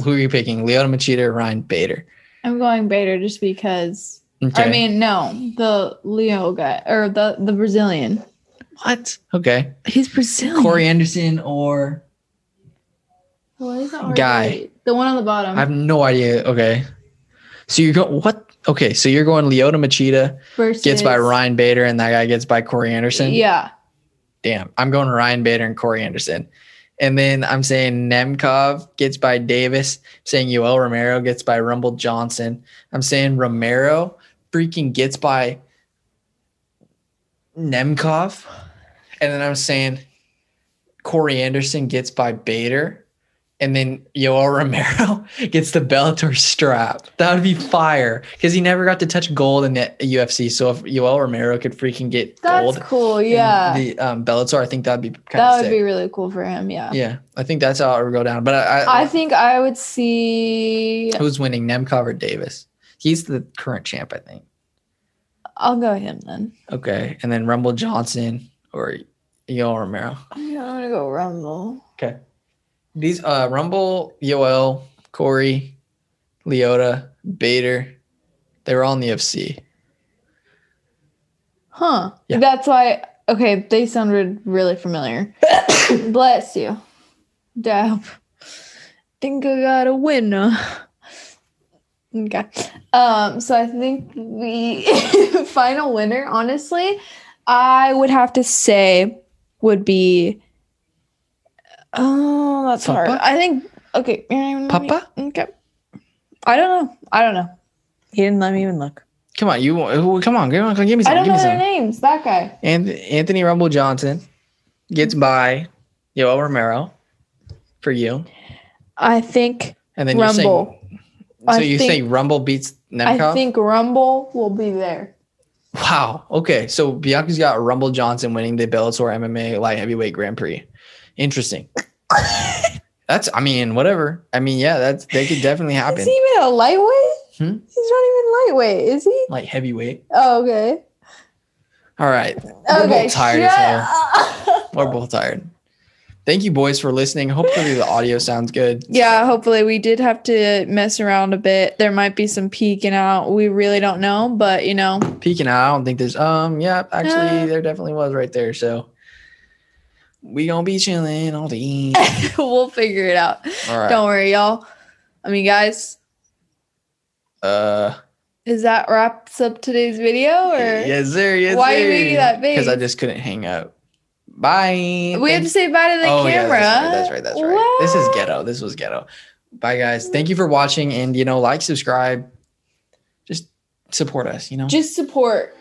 Speaker 1: Who are you picking? Leona Machida or Ryan Bader?
Speaker 2: I'm going Bader just because.
Speaker 1: Okay.
Speaker 2: I mean, no, the Leo guy or the the Brazilian.
Speaker 1: what? Okay.
Speaker 2: He's Brazilian.
Speaker 1: Corey Anderson or
Speaker 2: What is that word?
Speaker 1: Guy.
Speaker 2: The one on the bottom.
Speaker 1: I have no idea. Okay. So you're going what? Okay, so you're going Leona Machida
Speaker 2: versus
Speaker 1: gets by Ryan Bader and that guy gets by Corey Anderson.
Speaker 2: Yeah.
Speaker 1: Damn. I'm going Ryan Bader and Corey Anderson. And then I'm saying Nemkov gets by Davis, saying Yoel Romero gets by Rumble Johnson. I'm saying Romero freaking gets by Nemkov. And then I'm saying Corey Anderson gets by Bader. And then Yoel Romero gets the Bellator strap. That would be fire because he never got to touch gold in the UFC. So if Yoel Romero could freaking get
Speaker 2: That's
Speaker 1: gold,
Speaker 2: cool.
Speaker 1: in
Speaker 2: Yeah.
Speaker 1: the um, Bellator. I think that'd be kind
Speaker 2: that
Speaker 1: of
Speaker 2: would
Speaker 1: sick.
Speaker 2: be really cool for him. Yeah.
Speaker 1: yeah, I think that's how it would go down. But I, I,
Speaker 2: I think I would see.
Speaker 1: who's winning Nemkov or Davis? He's the current champ, I think.
Speaker 2: I'll go him then.
Speaker 1: Okay, and then Rumble Johnson or Yoel Romero.
Speaker 2: I'm gonna go Rumble.
Speaker 1: Okay, these uh Rumble, Yoel, Corey, Leota, Bader, they were all in the UFC.
Speaker 2: Huh.
Speaker 1: Yeah.
Speaker 2: That's why. Okay, they sounded really familiar. Bless you. Dab. Think I got a winner. Okay. Um, so I think the final winner, honestly, I would have to say would be. Oh, that's hard.
Speaker 1: Papa?
Speaker 2: I think. Okay.
Speaker 1: Papa?
Speaker 2: Okay. I don't know. I don't know. He didn't let me even look.
Speaker 1: Come on, you who- come on, give me, give me
Speaker 2: I
Speaker 1: some,
Speaker 2: don't
Speaker 1: give
Speaker 2: know
Speaker 1: me
Speaker 2: their
Speaker 1: some.
Speaker 2: names. That guy.
Speaker 1: And Anthony Rumble Johnson gets by Yoel Romero for you,
Speaker 2: I think
Speaker 1: and then you're saying
Speaker 2: Rumble.
Speaker 1: So
Speaker 2: I
Speaker 1: you
Speaker 2: think-
Speaker 1: say Rumble beats
Speaker 2: I
Speaker 1: Nemkov?
Speaker 2: think Rumble will be there.
Speaker 1: wow. Okay. So Bianca's got Rumble Johnson winning the Bellator MMA light heavyweight Grand Prix. Interesting. that's. I mean, whatever. I mean, yeah. That's that could definitely happen.
Speaker 2: Is he even a lightweight?
Speaker 1: Hmm?
Speaker 2: He's not even lightweight, is he?
Speaker 1: Light heavyweight.
Speaker 2: Oh, okay.
Speaker 1: All right.
Speaker 2: okay.
Speaker 1: We're both tired as
Speaker 2: shut
Speaker 1: hell.
Speaker 2: up.
Speaker 1: We're both tired. Thank you, boys, for listening. Hopefully, the audio sounds good.
Speaker 2: Yeah, hopefully we did have to mess around a bit. There might be some peeking out. We really don't know, but you know,
Speaker 1: peeking out. I don't think there's um yeah, actually
Speaker 2: Uh.
Speaker 1: there definitely was right there. So we gonna be chilling all day.
Speaker 2: we'll figure it out.
Speaker 1: All right.
Speaker 2: Don't worry, y'all. I mean, guys,
Speaker 1: Uh
Speaker 2: is that wraps up today's video or
Speaker 1: yes, sir, yes,
Speaker 2: Why are you
Speaker 1: sir.
Speaker 2: making that
Speaker 1: Because I
Speaker 2: face?
Speaker 1: just couldn't hang up. Bye.
Speaker 2: we have
Speaker 1: Thank-
Speaker 2: to say bye to the
Speaker 1: Oh, yeah,
Speaker 2: camera?
Speaker 1: that's right. That's right. That's right. This is
Speaker 2: What?
Speaker 1: ghetto. This was ghetto. Bye, guys. Thank you for watching, and you know, like, subscribe, just support us. You know.
Speaker 2: Just support.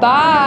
Speaker 2: Bye.